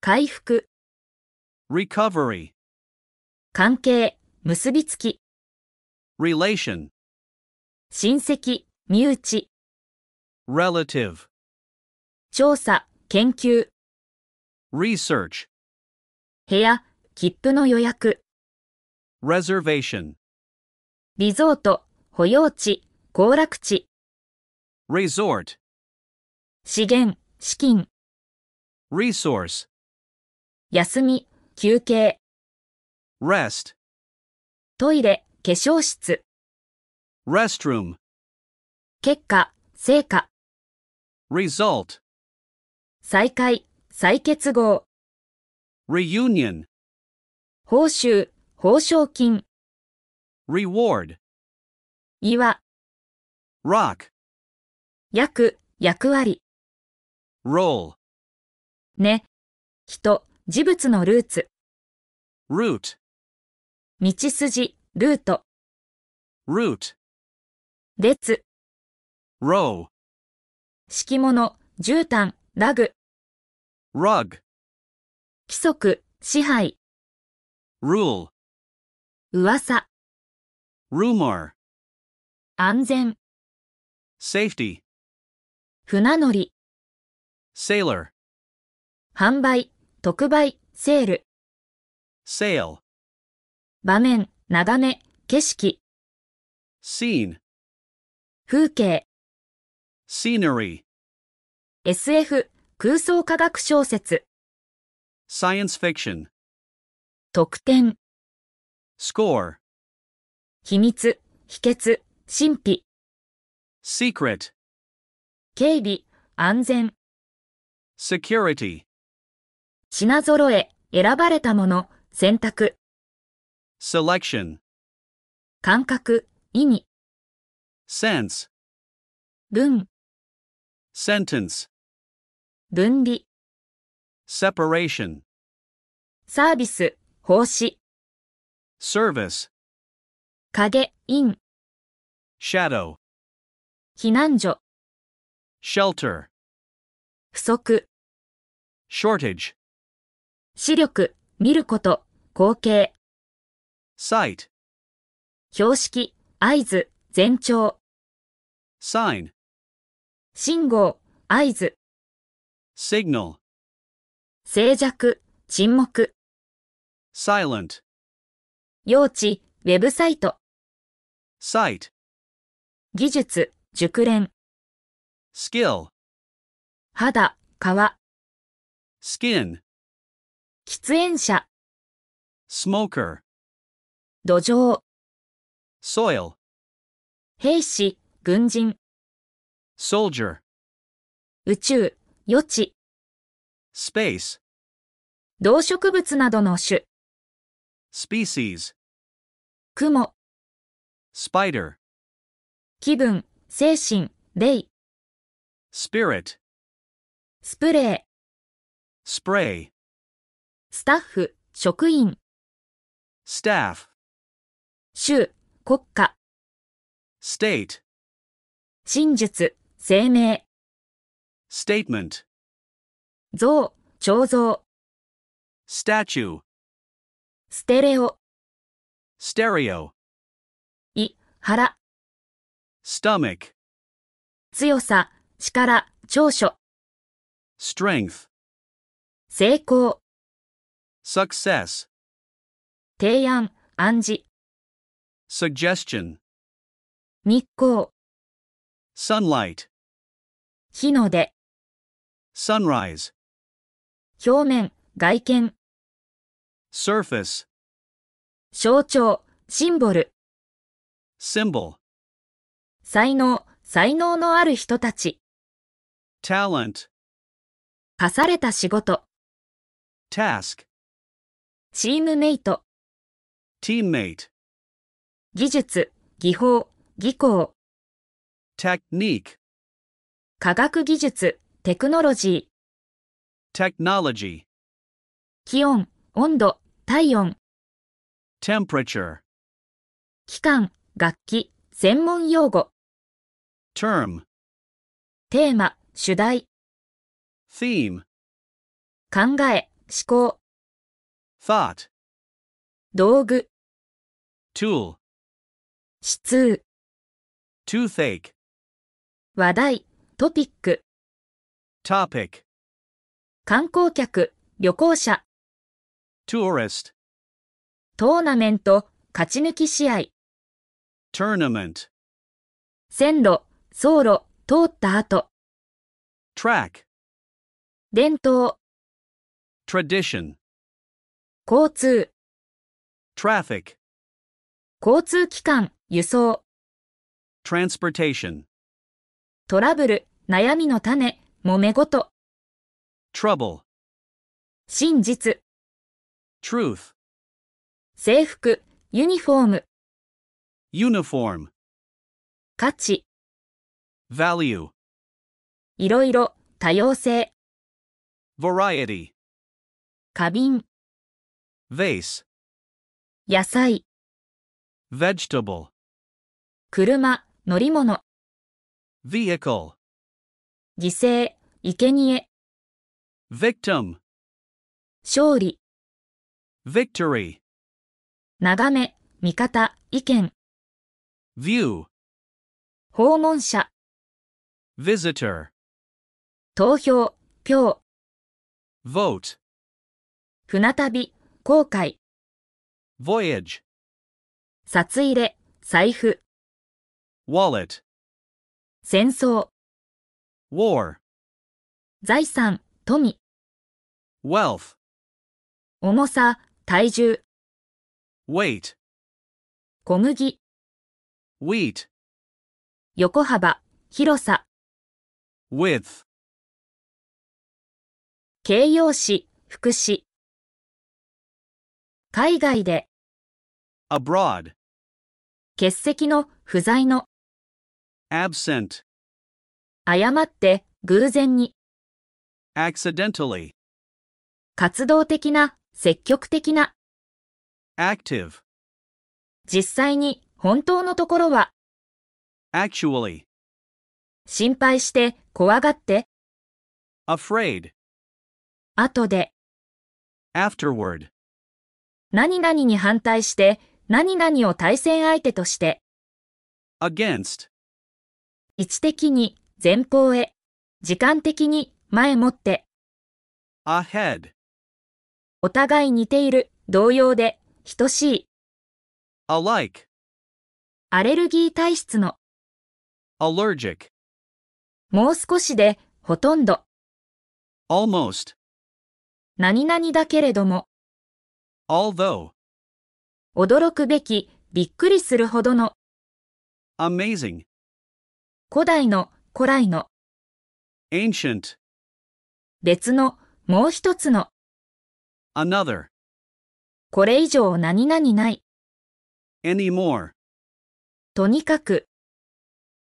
B: 回復、
A: recovery,
B: 関係、結びつき、
A: relation,
B: 親戚、身内、
A: relative,
B: 調査、研究、
A: research,
B: 部屋、切符の予約、
A: reservation,
B: リゾート、保養地、行楽地、
A: resort,
B: 資源、資金、
A: resource,
B: 休み、休憩、
A: rest,
B: トイレ、化粧室、
A: restroom,
B: 結果、成果、
A: result,
B: 再開、再結合、
A: reunion,
B: 報酬、報奨金、
A: reward,
B: 岩、
A: rock,
B: 役、役割、
A: roll,
B: ね、人、事物のルーツ、
A: root,
B: 道筋、ルート、
A: root,
B: 列、
A: row,
B: 敷物、絨毯、ラグ、
A: rug,
B: 規則、支配、
A: rule,
B: 噂、
A: rumor,
B: 安全、
A: safety,
B: 船乗り、
A: sailor,
B: 販売、特売、セール、
A: sail,
B: 場面、眺め、景色、
A: scene,
B: 風景、
A: scenery,
B: SF、空想科学小説。
A: science fiction.
B: 特典、
A: score,
B: 秘密、秘訣、神秘、
A: secret,
B: 警備、安全、
A: security,
B: 品揃え、選ばれたもの、選択、
A: selection,
B: 感覚、意味、
A: sense,
B: 文、
A: sentence,
B: 分離、
A: separation,
B: サービス、奉仕、
A: service,
B: 影、因、
A: shadow,
B: 避難所、
A: shelter,
B: 不足、
A: shortage,
B: 視力、見ること、光景、
A: sight,
B: 標識、合図、前兆、
A: sign,
B: 信号、合図、
A: signal,
B: 静寂、沈黙、
A: silent,
B: 用地、ウェブサイト、
A: sight,
B: 技術、熟練、
A: skill,
B: 肌、皮、
A: skin,
B: 喫煙者、
A: smoker,
B: 土壌、
A: soil,
B: 兵士、軍人、
A: soldier,
B: 宇宙、余地、
A: space,
B: 動植物などの種、
A: species,
B: 雲、
A: spider,
B: 気分、精神、霊、
A: spirit,
B: スプレー、
A: spray,
B: スタッフ、職員、
A: staff,
B: 州、国家、
A: state,
B: 真実、声明、
A: statement,
B: 像、彫像、
A: statue,
B: ステレオ、
A: stereo,
B: い、腹、
A: stomach,
B: 強さ、力、長所、
A: strength,
B: 成功、
A: success,
B: 提案、暗示、
A: suggestion,
B: 日光、
A: sunlight,
B: 火の出、
A: sunrise,
B: 表面、外見、
A: surface,
B: 象徴、シンボル、
A: symbol,
B: 才能、才能のある人たち、
A: talent,
B: 課された仕事、
A: task,
B: チームメイト、
A: teammate,
B: 技術、技法、技巧、
A: technique,
B: 科学技術、テクノロジ
A: technology,
B: ー、気温、温度、体温、
A: temperature,
B: 期間、楽器、専門用語、
A: term,
B: テーマ、主題、
A: theme,
B: 考え、思考、
A: thought,
B: 道具、
A: tool,
B: 指数、
A: toothache,
B: 話題、トピック、
A: topic,
B: 観光客、旅行者、
A: tourist,
B: トーナメント、勝ち抜き試合、
A: tournament,
B: 線路、走路、通った後、
A: track,
B: 伝統、
A: tradition,
B: 交通、
A: traffic,
B: 交通機関、輸送、
A: transportation,
B: トラブル、悩みの種、揉め事、
A: trouble,
B: 真実、
A: truth,
B: 制服、ユニフォーム、
A: uniform,
B: 価値、
A: value,
B: いろいろ、多様性、
A: variety,
B: 花瓶、
A: vase,
B: 野菜、
A: vegetable,
B: 車、乗り物、
A: vehicle,
B: 犠牲、生贄、
A: victim,
B: 勝利、
A: victory,
B: 眺め、味方、意見、
A: view,
B: 訪問者、
A: visitor,
B: 投票、票、
A: vote,
B: 船旅、航海、
A: voyage,
B: 札入れ、財布、
A: wallet,
B: 戦争、
A: war,
B: 財産、富、
A: wealth,
B: 重さ、体重、
A: weight,
B: 小麦、
A: wheat,
B: 横幅、広さ、
A: width,
B: 形容詞、副詞。海外で、
A: abroad,
B: 欠席の、不在の、
A: absent,
B: 誤って、偶然に、
A: accidentally,
B: 活動的な、積極的な、
A: active,
B: 実際に、本当のところは、
A: actually,
B: 心配して、怖がって、
A: afraid,
B: 後で、
A: afterward,
B: 何々に反対して、何々を対戦相手として、
A: against,
B: 位置的に、前方へ、時間的に、前もって、
A: ahead,
B: お互い似ている、同様で、等しい、
A: alike,
B: アレルギー体質の、
A: allergic,
B: もう少しで、ほとんど、
A: almost,
B: 何々だけれども、
A: although,
B: 驚くべき、びっくりするほどの、
A: amazing,
B: 古代の、古来の、
A: ancient,
B: 別の、もう一つの、
A: another,
B: これ以上何々ない、
A: anymore,
B: とにかく、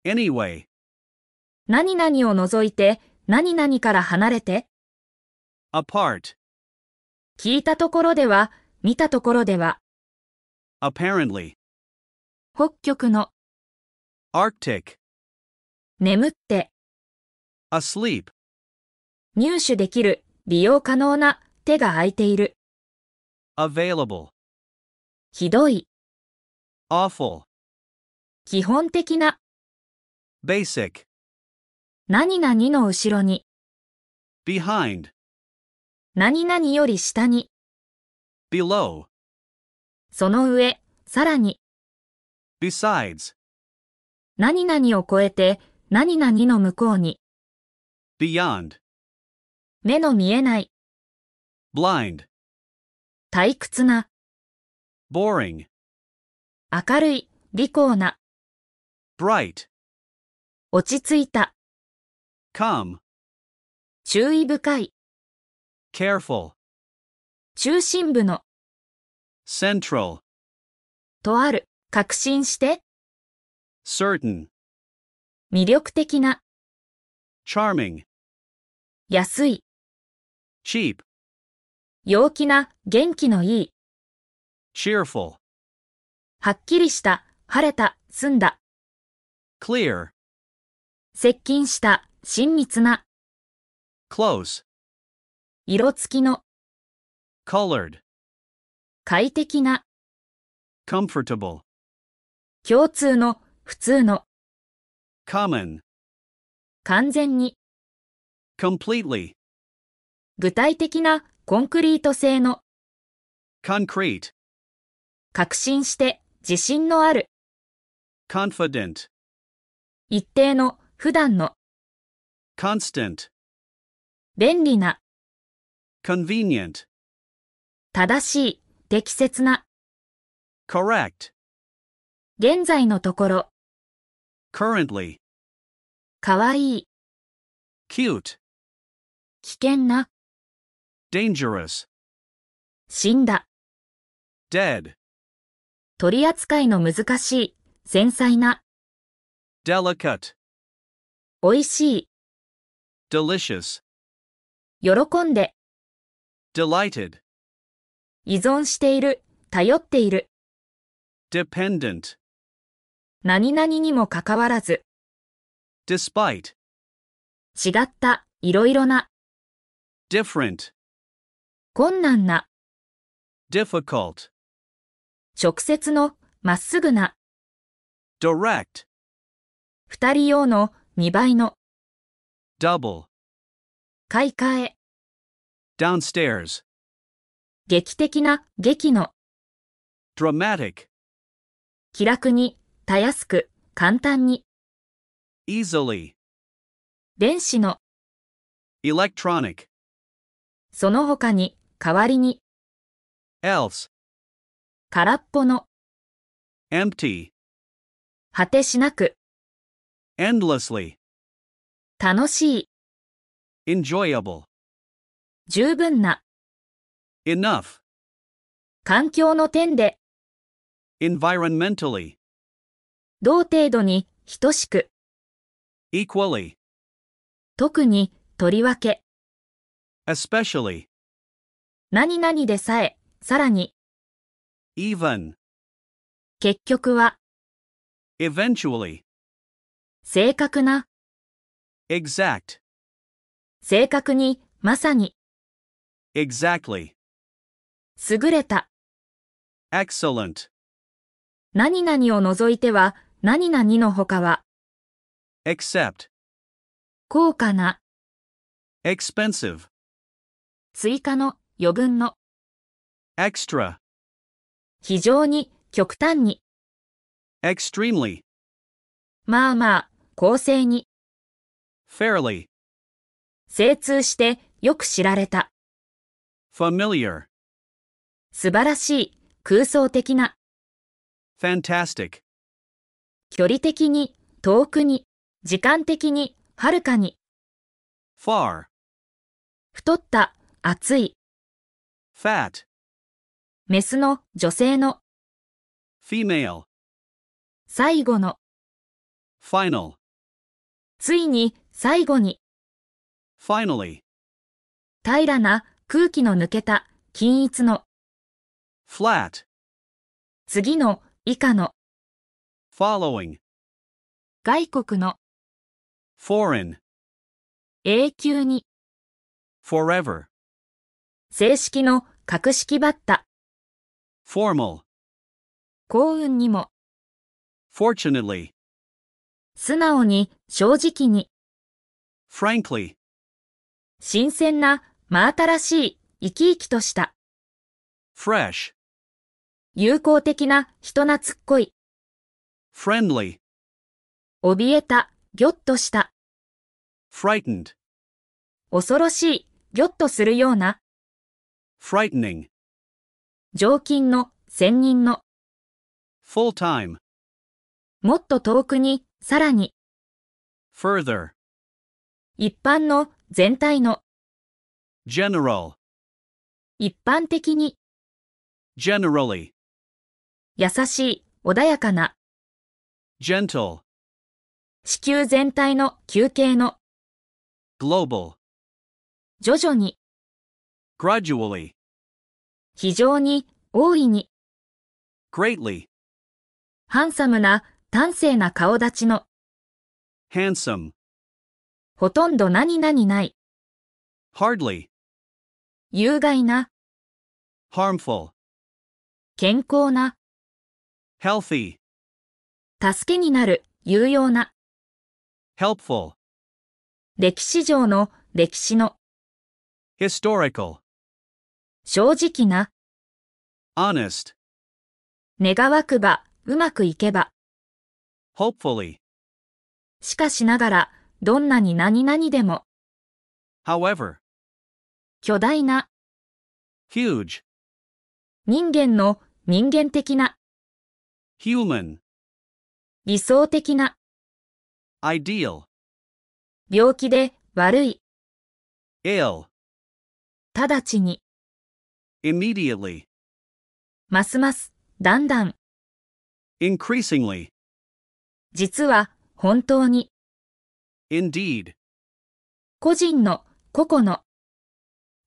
A: anyway,
B: 何々を除いて、何々から離れて、
A: apart,
B: 聞いたところでは、見たところでは、
A: apparently,
B: 北極の、
A: arctic,
B: 眠って、
A: asleep,
B: 入手できる、利用可能な、手が空いている、
A: available,
B: ひどい、
A: awful,
B: 基本的な、
A: basic,
B: 何々の後ろに、
A: behind,
B: 何々より下に、
A: below,
B: その上、さらに、
A: besides,
B: 何々を超えて、何々の向こうに、
A: beyond,
B: 目の見えない、
A: blind,
B: 退屈な、
A: boring,
B: 明るい、利口な、
A: bright,
B: 落ち着いた、
A: come,
B: 注意深い、
A: careful,
B: 中心部の、
A: central,
B: とある、確信して、
A: certain,
B: 魅力的な、
A: charming,
B: 安い、
A: cheap,
B: 陽気な、元気のいい、
A: cheerful,
B: はっきりした、晴れた、澄んだ、
A: clear,
B: 接近した、親密な、
A: close,
B: 色付きの、
A: colored,
B: 快適な、
A: comfortable,
B: 共通の、普通の、
A: common,
B: 完全に、
A: completely,
B: 具体的なコンクリート製の
A: concrete,
B: 確信して自信のある
A: confident,
B: 一定の普段の
A: constant,
B: 便利な
A: convenient,
B: 正しい適切な
A: correct,
B: 現在のところ
A: currently,
B: かわいい
A: cute,
B: 危険な
A: dangerous,
B: 死んだ
A: dead,
B: 取り扱いの難しい繊細な
A: delicate,
B: 美味し
A: delicious,
B: い喜んで
A: delighted,
B: 依存している頼っている
A: dependent,
B: 何々にもかかわらず
A: despite,
B: 違ったいろいろな
A: different,
B: 困難な
A: difficult,
B: 直接のまっすぐな
A: direct,
B: 二人用の2倍の
A: double,
B: 買い替え、
A: downstairs,
B: 劇的な劇の、
A: dramatic,
B: 気楽に、たやすく、簡単に、
A: easily,
B: 電子の、
A: electronic,
B: その他に、代わりに、
A: else,
B: 空っぽの、
A: empty,
B: 果てしなく、
A: endlessly,
B: 楽しい、
A: enjoyable,
B: 十分な、
A: enough,
B: 環境の点で、
A: environmentally,
B: 同程度に、等しく、
A: equally,
B: 特に、とりわけ、
A: especially,
B: 何々でさえ、さらに、
A: even,
B: 結局は、
A: eventually,
B: 正確な、
A: exact,
B: 正確に、まさに、
A: exactly,
B: 優れた、
A: excellent,
B: 何々を除いては、何々の他は、
A: except,
B: 高価な、
A: expensive,
B: 追加の、余分の、
A: extra,
B: 非常に、極端に、
A: extremely,
B: まあまあ、公正に、
A: fairly,
B: 精通して、よく知られた、
A: familiar,
B: 素晴らしい、空想的な、
A: fantastic,
B: 距離的に、遠くに、時間的に、はるかに、
A: far,
B: 太った、熱い、
A: fat,
B: メスの、女性の、
A: female,
B: 最後の、
A: final,
B: ついに、最後に、
A: finally,
B: 平らな、空気の抜けた、均一の、
A: flat,
B: 次の、以下の、
A: following,
B: 外国の、
A: foreign,
B: 永久に、
A: forever,
B: 正式の、格式ばった、
A: formal,
B: 幸運にも、
A: fortunately,
B: 素直に、正直に、
A: frankly,
B: 新鮮な、真新しい、生き生きとした、
A: fresh,
B: 友好的な、人懐っこい、
A: friendly,
B: 怯えた、ぎょっとした、
A: frightened,
B: 恐ろしい、ぎょっとするような、
A: frightening,
B: 常勤の、専任の、
A: full time,
B: もっと遠くに、さらに、
A: further,
B: 一般の、全体の、
A: general,
B: 一般的に、
A: generally,
B: 優しい、穏やかな、
A: gentle,
B: 地球全体の、休憩の、
A: global,
B: 徐々に、
A: gradually,
B: 非常に、大いに、
A: greatly,
B: ハンサムな、端正な顔立ちの、
A: handsome,
B: ほとんど何々ない、
A: hardly,
B: 有害な、
A: harmful,
B: 健康な、
A: healthy,
B: 助けになる、有用な、
A: helpful,
B: 歴史上の、歴史の、
A: historical,
B: 正直な、
A: honest,
B: 願わくば、うまくいけば、
A: hopefully,
B: しかしながら、どんなに何々でも、
A: however,
B: 巨大な、
A: huge,
B: 人間の、人間的な、
A: human,
B: 理想的な、
A: ideal,
B: 病気で、悪い、
A: ill,
B: 直ちに、
A: immediately,
B: ますます、だんだん、
A: increasingly,
B: 実は、本当に、
A: indeed,
B: 個人の、個々の、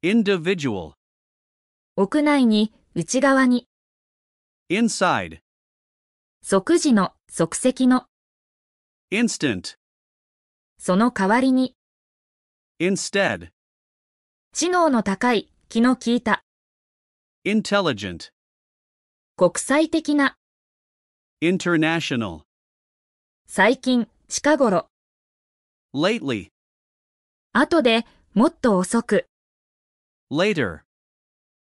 A: individual,
B: 屋内に、内側に、
A: inside,
B: 即時の、即席の、
A: instant,
B: その代わりに、
A: instead,
B: 知能の高い、気の利いた、
A: intelligent,
B: 国際的な、
A: international,
B: 最近、近頃、
A: lately,
B: 後で、もっと遅く、
A: later,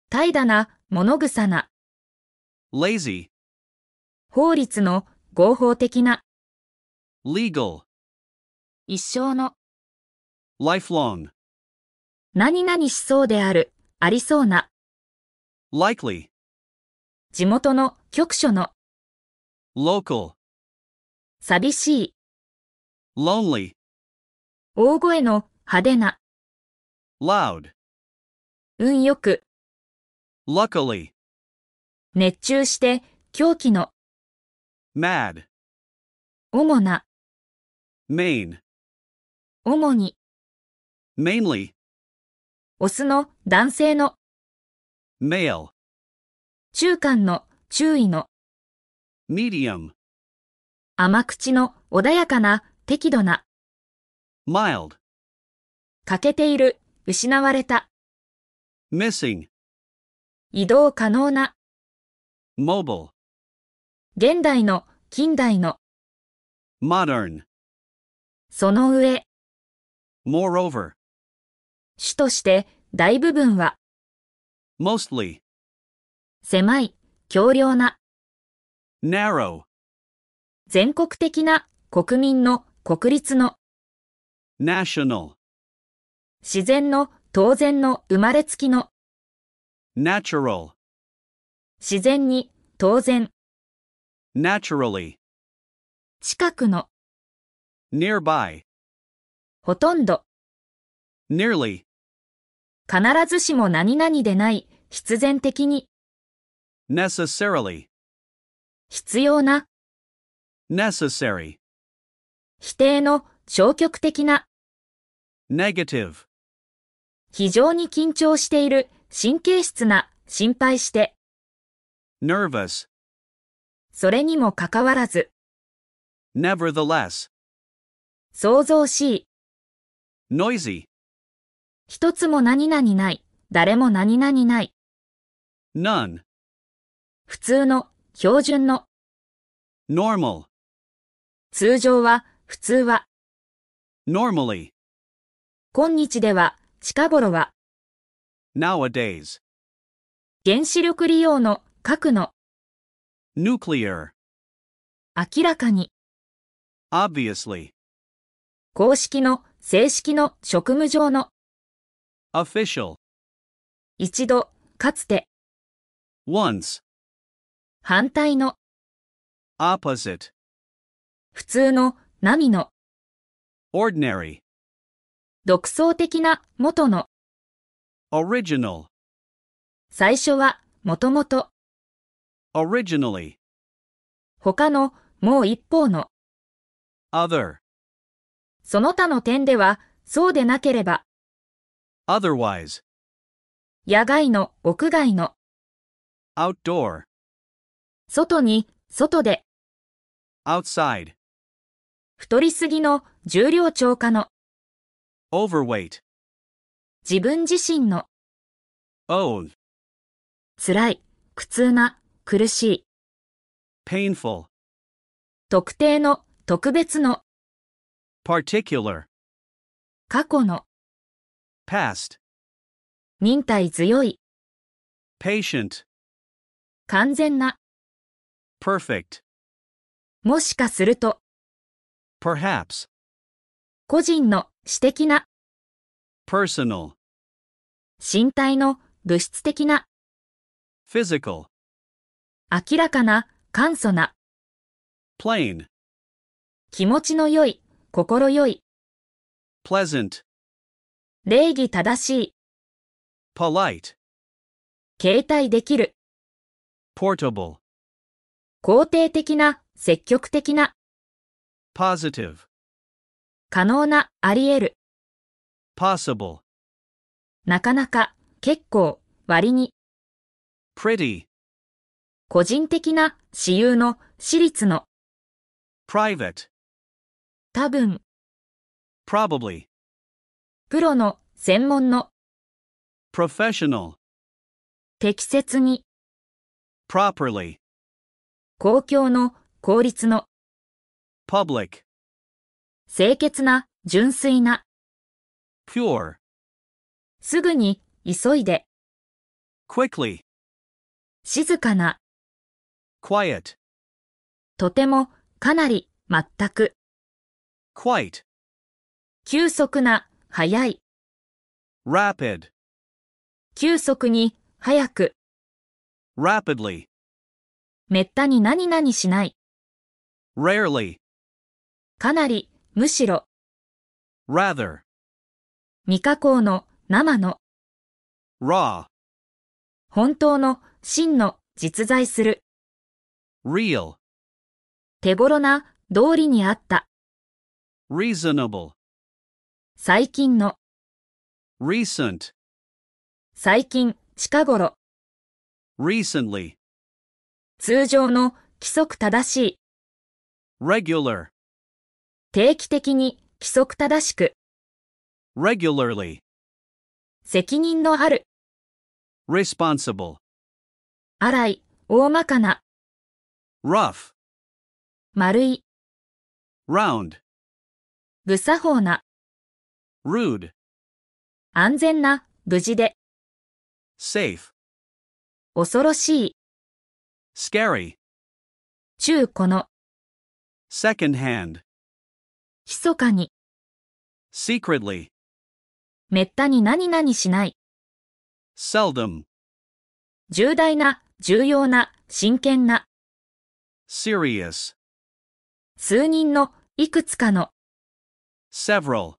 B: 怠惰な、物草な、
A: lazy,
B: 法律の、合法的な、
A: legal,
B: 一生の、
A: lifelong,
B: 何々しそうである、ありそうな、
A: likely,
B: 地元の局所の
A: local,
B: 寂しい
A: lonely,
B: 大声の派手な
A: loud,
B: 運よく
A: luckily,
B: 熱中して狂気の
A: mad,
B: 主な
A: main,
B: 主に
A: mainly,
B: オスの男性の
A: male,
B: 中間の注意の
A: medium,
B: 甘口の穏やかな適度な
A: mild,
B: 欠けている失われた
A: missing,
B: 移動可能な
A: mobile,
B: 現代の近代の
A: modern,
B: その上
A: moreover,
B: 主として大部分は
A: mostly,
B: 狭い強量な
A: narrow,
B: 全国的な国民の国立の
A: national,
B: 自然の当然の生まれつきの
A: natural,
B: 自然に当然
A: naturally,
B: 近くの
A: nearby,
B: ほとんど
A: nearly,
B: 必ずしも何々でない必然的に
A: necessarily,
B: 必要な
A: necessary,
B: 否定の消極的な
A: negative,
B: 非常に緊張している神経質な心配して、
A: nervous,
B: それにもかかわらず、
A: nevertheless,
B: 想像しい、
A: noisy,
B: 一つも何々ない、誰も何々ない、
A: none,
B: 普通の、標準の、
A: normal,
B: 通常は、普通は、
A: normally,
B: 今日では、近頃は、
A: nowadays,
B: 原子力利用の核の、
A: nuclear,
B: 明らかに、
A: obviously,
B: 公式の、正式の、職務上の、
A: official,
B: 一度、かつて、
A: once,
B: 反対の、
A: opposite,
B: 普通の、波の、
A: ordinary,
B: 独創的な、元の、
A: original,
B: 最初は、もともと、
A: originally,
B: 他の、もう一方の、
A: other,
B: その他の点では、そうでなければ、
A: otherwise,
B: 野外の、屋外の、
A: outdoor,
B: 外に、外で、
A: outside,
B: 太りすぎの、重量超過の、
A: overweight,
B: 自分自身の、
A: own,
B: 辛い、苦痛な、苦しい、
A: painful,
B: 特定の、特別の、
A: particular,
B: 過去の、
A: past,
B: 忍耐強い、
A: patient,
B: 完全な、
A: perfect,
B: もしかすると、
A: perhaps,
B: 個人の、私的な、
A: personal,
B: 身体の、物質的な、
A: physical,
B: 明らかな、簡素な、
A: plain,
B: 気持ちの良い、心よい、
A: pleasant,
B: 礼儀正しい、
A: polite,
B: 携帯できる、
A: portable,
B: 肯定的な、積極的な、
A: positive,
B: 可能な、あり得る、
A: possible,
B: なかなか、結構、割に、
A: pretty,
B: 個人的な、私有の、私立の、
A: private,
B: 多分、
A: probably,
B: プロの、専門の、
A: professional,
B: 適切に、
A: properly,
B: 公共の、効率の、
A: public,
B: 清潔な、純粋な、
A: pure,
B: すぐに、急いで、
A: quickly,
B: 静かな、
A: quiet,
B: とても、かなり、全く、
A: quite,
B: 急速な、早い、
A: rapid,
B: 急速に、早く、
A: rapidly,
B: めったに何々しない。
A: rarely,
B: かなり、むしろ、
A: rather,
B: 未加工の、生の、
A: raw,
B: 本当の、真の、実在する、
A: real,
B: 手頃な、道理にあった、
A: reasonable,
B: 最近の、
A: recent,
B: 最近、近頃、
A: recently,
B: 通常の、規則正しい、
A: regular,
B: 定期的に、規則正しく、
A: regularly,
B: 責任のある、
A: responsible,
B: 荒い、大まかな、
A: rough,
B: 丸い、
A: round,
B: 不作法な、
A: rude,
B: 安全な、無事で、
A: safe,
B: 恐ろしい、
A: scary,
B: 中古の、
A: secondhand,
B: 密かに、
A: secretly,
B: めったに何々しない、
A: seldom,
B: 重大な、重要な、真剣な、
A: serious,
B: 数人の、いくつかの、
A: several,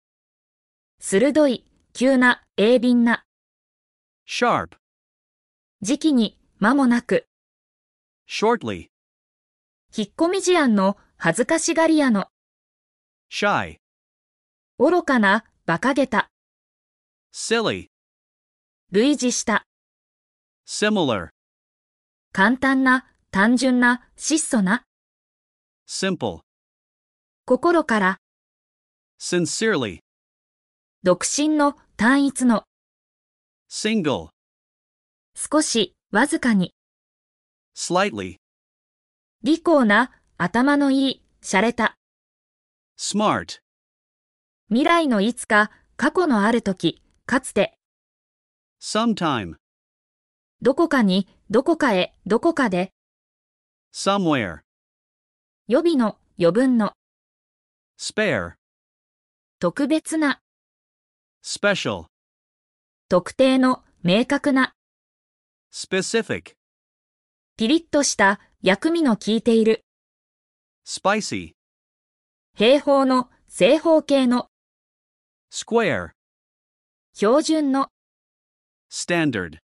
B: 鋭い、急な、鋭敏な、
A: sharp,
B: 時期に、間もなく、
A: shortly,
B: 引っ込み思案の、恥ずかしがり屋の、
A: shy,
B: 愚かな、馬鹿げた、
A: silly,
B: 類似した、
A: similar,
B: 簡単な、単純な、質素な、
A: simple,
B: 心から、
A: sincerely,
B: 独身の、単一の、
A: single,
B: 少し、わずかに、
A: slightly,
B: 利口な、頭のいい、洒落た、
A: smart,
B: 未来のいつか、過去のある時、かつて、
A: sometime,
B: どこかに、どこかへ、どこかで、
A: somewhere,
B: 予備の、余分の、
A: spare,
B: 特別な、
A: special,
B: 特定の、明確な、
A: specific,
B: ピリッとした、薬味の効いている、
A: spicy,
B: 平方の、正方形の、
A: square,
B: 標準の、
A: standard,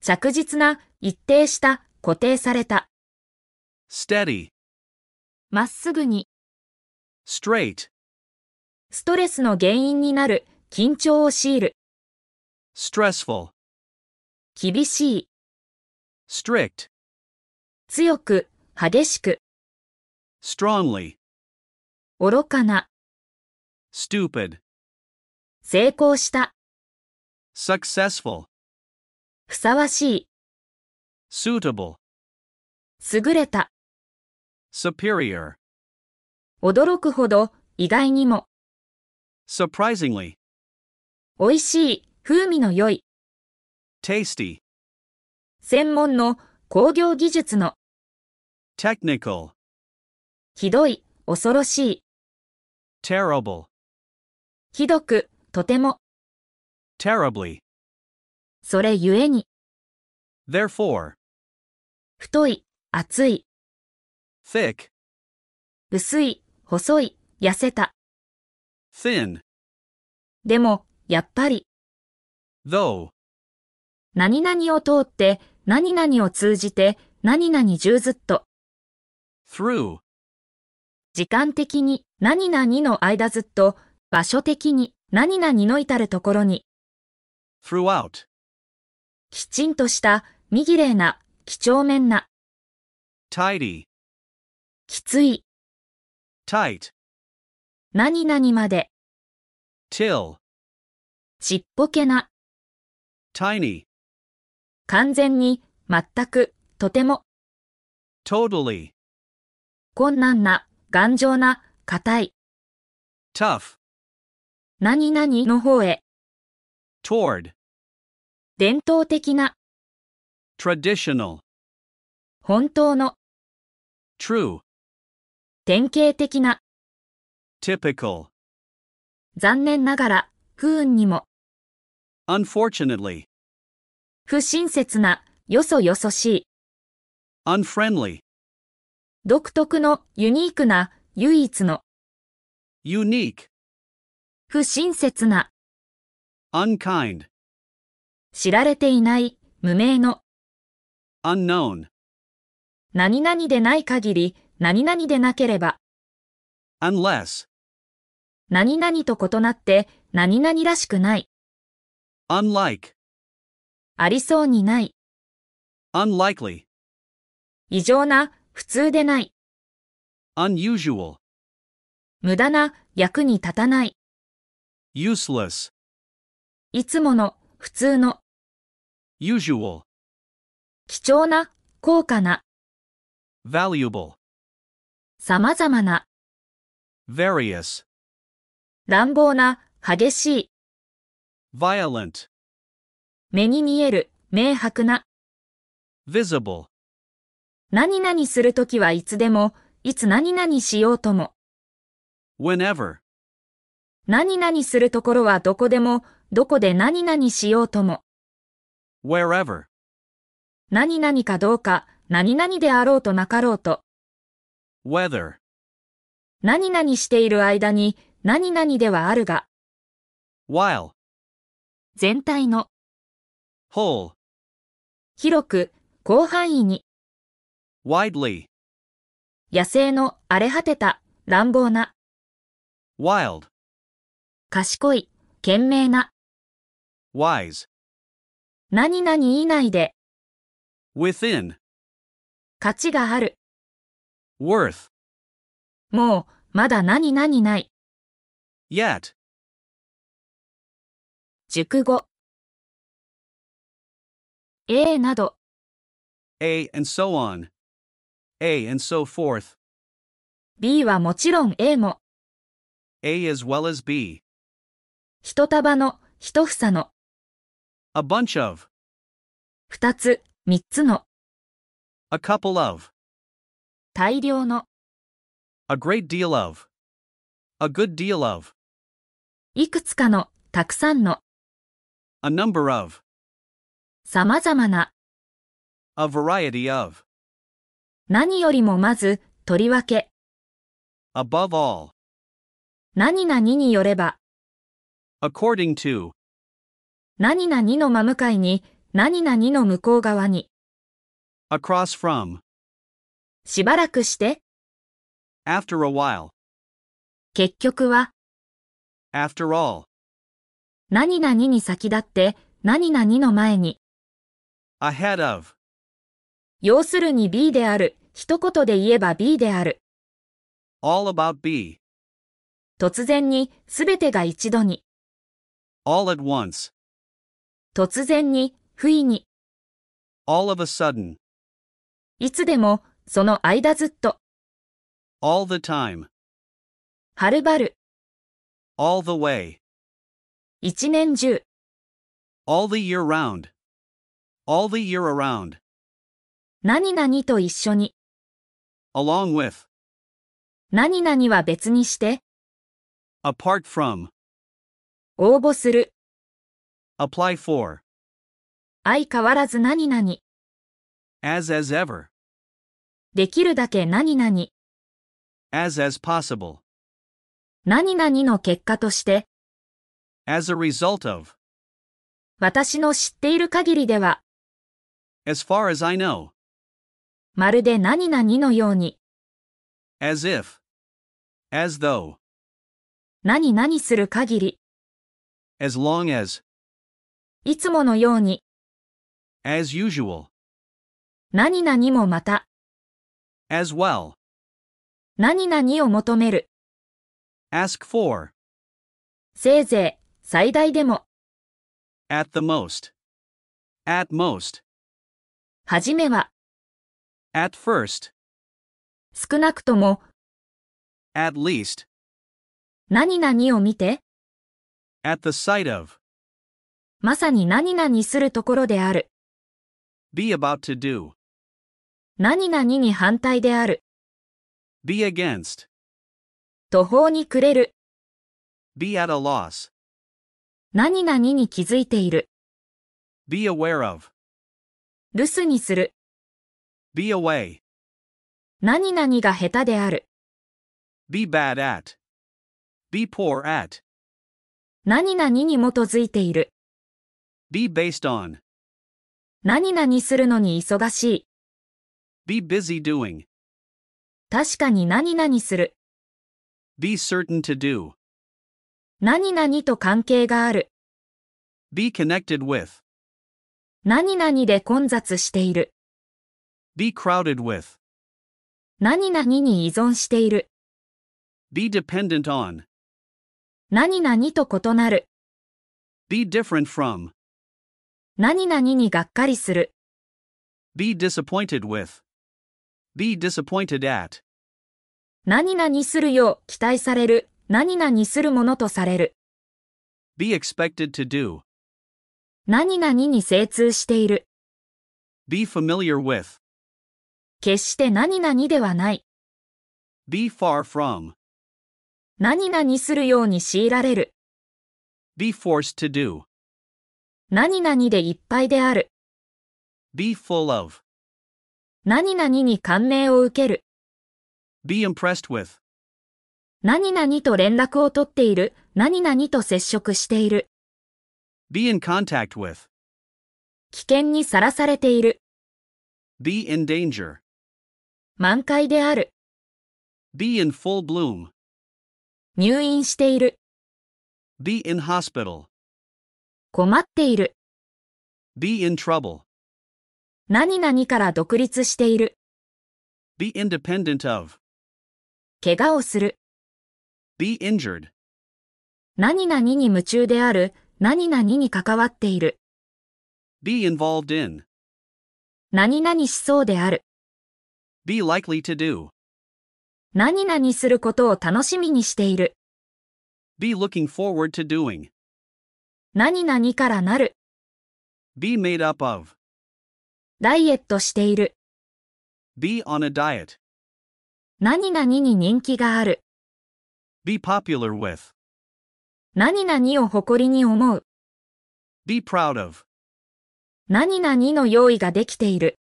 B: 着実な、一定した、固定された、
A: steady,
B: まっすぐに、
A: straight,
B: ストレスの原因になる、緊張を強いる、
A: stressful,
B: 厳しい、
A: strict,
B: 強く、激しく、
A: strongly,
B: 愚かな、
A: stupid,
B: 成功した、
A: successful,
B: ふさわしい、
A: suitable,
B: 優れた、
A: superior,
B: 驚くほど、意外にも、
A: surprisingly,
B: 美味しい、風味の良い、
A: tasty,
B: 専門の工業技術の、
A: technical,
B: ひどい、恐ろしい、
A: terrible,
B: ひどく、とても、
A: terribly,
B: それゆえに、
A: therefore,
B: 太い、厚い、
A: thick,
B: 薄い、細い、痩せた。
A: thin,
B: でも、やっぱり、
A: though,
B: 何々を通って、何々を通じて、何々中ずっと、
A: through,
B: 時間的に、何々の間ずっと、場所的に、何々の至るところに、
A: throughout,
B: きちんとした、見綺麗な、几帳面な、
A: tidy,
B: きつい、
A: tight,
B: 何々まで、
A: till,
B: ちっぽけな、
A: tiny,
B: 完全に、全く、とても、
A: totally,
B: 困難な、頑丈な、硬い、
A: tough,
B: 何々の方へ、
A: toward,
B: 伝統的な、
A: traditional,
B: 本当の、
A: true,
B: 典型的な、
A: typical,
B: 残念ながら、不運にも、
A: unfortunately,
B: 不親切な、よそよそしい、
A: unfriendly,
B: 独特のユニークな唯一の
A: unique,
B: 不親切な
A: unkind,
B: 知られていない無名の
A: unknown,
B: 何々でない限り何々でなければ
A: unless,
B: 何々と異なって何々らしくない
A: unlike,
B: ありそうにない
A: unlikely,
B: 異常な普通でない
A: unusual,
B: 無駄な役に立たない
A: useless,
B: いつもの普通の
A: usual,
B: 貴重な高価な
A: valuable,
B: 様々な
A: various,
B: 乱暴な激しい
A: violent,
B: 目に見える明白な
A: visible,
B: 何々するときはいつでもいつ何々しようとも
A: whenever,
B: 何々するところはどこでもどこで何々しようとも
A: wherever,
B: 何々かどうか何々であろうとなかろうと
A: whether,
B: 何々している間に何々ではあるが
A: while,
B: 全体の
A: whole,
B: 広く広範囲に
A: widely,
B: 野生の荒れ果てた乱暴な
A: wild,
B: 賢い賢明な
A: wise,
B: 何々以内で
A: within,
B: 価値がある
A: worth,
B: もうまだ何々ない
A: yet,
B: 熟語 A など
A: a and so on, a and so forth,
B: B はもちろん A も
A: a as well as b,
B: 一束の一房の
A: a bunch of,
B: 二つ三つの
A: a couple of,
B: 大量の
A: a great deal of, a good deal of,
B: いくつかのたくさんの
A: a number of,
B: 様々な
A: a variety of,
B: 何よりもまずとりわけ
A: above all,
B: 何々によれば
A: according to,
B: 何々の真向かいに何々の向こう側に
A: across from,
B: しばらくして
A: after a while,
B: 結局は
A: after all,
B: 何々に先立って何々の前に
A: ahead of,
B: 要するに B である一言で言えば B である
A: all about b,
B: 突然に全てが一度に
A: all at once,
B: 突然に不意に
A: all of a sudden,
B: いつでもその間ずっと
A: all the time,
B: はるばる
A: all the way.
B: 一年中
A: all the year round, all the year around,
B: 何々と一緒に
A: along with,
B: 何々は別にして
A: apart from,
B: 応募する
A: apply for,
B: 相変わらず何々
A: as as ever,
B: できるだけ何々
A: as as possible,
B: 何々の結果として
A: as a result of,
B: 私の知っている限りでは
A: as far as I know,
B: まるで何々のように
A: as if, as though,
B: 何々する限り
A: as long as,
B: いつものように
A: as usual,
B: 何々もまた
A: as well,
B: 何々を求める
A: ask for,
B: せいぜい最大でも
A: at the most, at most,
B: はじめは
A: at first,
B: 少なくとも
A: at least,
B: 何々を見て
A: at the sight of,
B: まさに何々するところである
A: be about to do,
B: 何々に反対である
A: be against.
B: 途方に暮れる
A: Be at a loss.
B: 何々に気づいている
A: Be aware of.
B: 留守にする
A: Be away.
B: 何々が下手である。
A: Be bad at. Be poor at.
B: 何々に基づいている。
A: Be based on.
B: 何々するのに忙しい。
A: Be busy doing.
B: 確かに何々する。
A: Be certain to do.
B: 何々と関係がある。
A: Be connected with.
B: 何々で混雑している。
A: Be crowded with.
B: 何々に依存している。
A: Be dependent on.
B: 何々と異なる。
A: Be different from.
B: 何々にがっかりする。
A: Be disappointed with. Be disappointed at.
B: 何々するよう期待される。何々するものとされる。
A: Be expected to do.
B: 何々に精通している。
A: Be familiar with.
B: 決して何々ではない。
A: Be far from.
B: 何々するように強いられる。
A: Be forced to do.
B: 何々でいっぱいである。
A: Be full of.
B: 何々に感銘を受ける。
A: Be impressed with.
B: 何々と連絡を取っている。何々と接触している。
A: Be in contact with.
B: 危険にさらされている。
A: Be in danger.
B: 満開である。
A: Be in full bloom.
B: 入院している。
A: Be in hospital.
B: 困っている。
A: Be in trouble.
B: 何々から独立している。
A: Be independent of.
B: 怪我をする。
A: Be injured.
B: 何々に夢中である。何々に関わっている。
A: Be involved in.
B: 何々しそうである。
A: Be likely to do.
B: 何々することを楽しみにしている。
A: Be looking forward to doing.
B: 何々からなる。
A: Be made up of.
B: ダイエットしている。
A: Be on a diet.
B: 何々に人気がある。
A: Be popular with.
B: 何々を誇りに思う。
A: Be proud of.
B: 何々の用意ができている。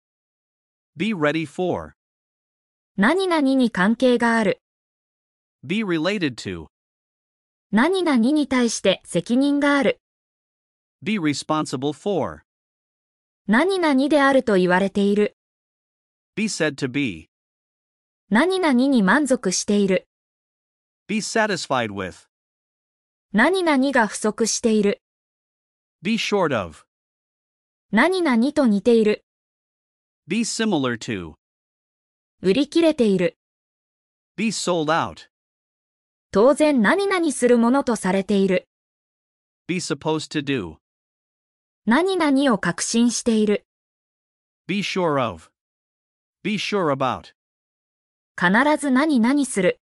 A: Be ready for.
B: 何々に関係がある。
A: Be related to.
B: 何々に対して責任がある。
A: Be responsible for.
B: 何々であると言われている。
A: Be said to be.
B: 何々に満足している。
A: Be satisfied with.
B: 何々が不足している。
A: Be short of.
B: 何々と似ている。
A: Be similar to.
B: 売り切れている。
A: Be sold out.
B: 当然何々するものとされている。
A: Be supposed to do.
B: 何々を確信している。
A: Be sure of. Be sure about.
B: 必ず何々する。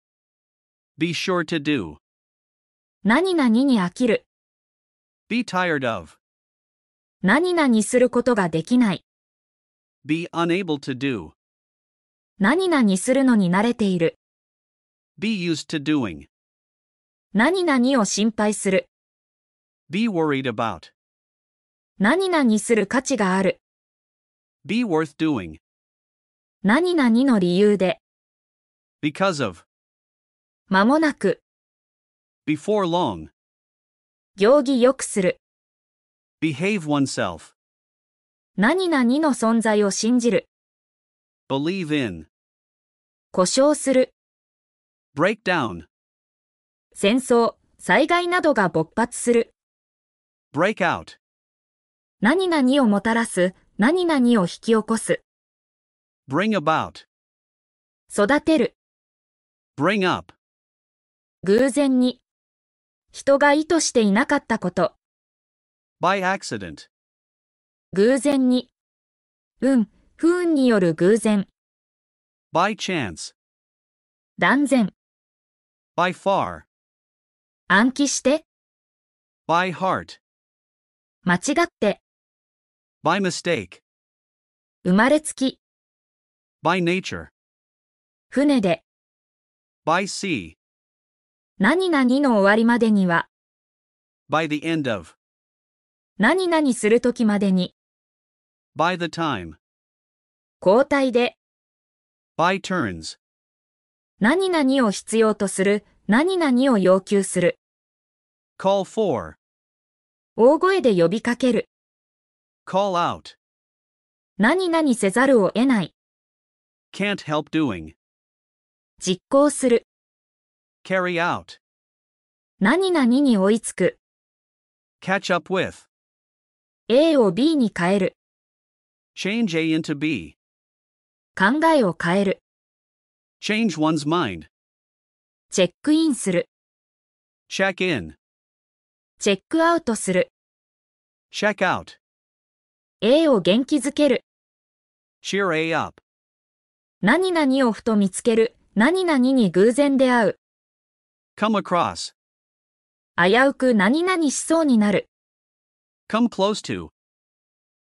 A: Be sure to do.
B: 何々に飽きる。
A: Be tired of.
B: 何々することができない。
A: Be unable to do.
B: 何々するのに慣れている。
A: Be used to doing.
B: 何々を心配する。
A: Be worried about.
B: 何々する価値がある。
A: Be worth doing.
B: 何々の理由で。
A: Because of.
B: 間もなく、
A: Before long.
B: 行儀良くする。
A: Behave oneself.
B: 何々の存在を信じる。
A: Believe in.
B: 故障する。
A: Break down.
B: 戦争、災害などが勃発する。
A: Break out.
B: 何々をもたらす。何々を引き起こす。
A: Bring about.
B: 育てる。
A: Bring up.
B: 偶然に。人が意図していなかったこと。
A: By accident.
B: 偶然に。運、不運による偶然。
A: By chance.
B: 断然。
A: By far.
B: 暗記して。
A: By heart.
B: 間違って。
A: By mistake.
B: 生まれつき。
A: By nature.
B: 船で。
A: By sea.
B: 何々の終わりまでには。
A: By the end of.
B: 何々するときまでに。
A: By the time.
B: 交代で、
A: by turns,
B: 何々を必要とする、何々を要求する、
A: call for,
B: 大声で呼びかける、
A: call out,
B: 何々せざるを得ない、
A: can't help doing,
B: 実行する、
A: carry out,
B: 何々に追いつく、
A: catch up with,
B: A を B に変える、
A: change A into B,
B: 考えを変える、
A: change one's mind,
B: チェックインする、
A: check in,
B: チェックアウトする、
A: check out,
B: A を元気づける、
A: cheer A up,
B: 何々をふと見つける、何々に偶然出会う、
A: come across,
B: 危うく何々しそうになる、
A: come close to,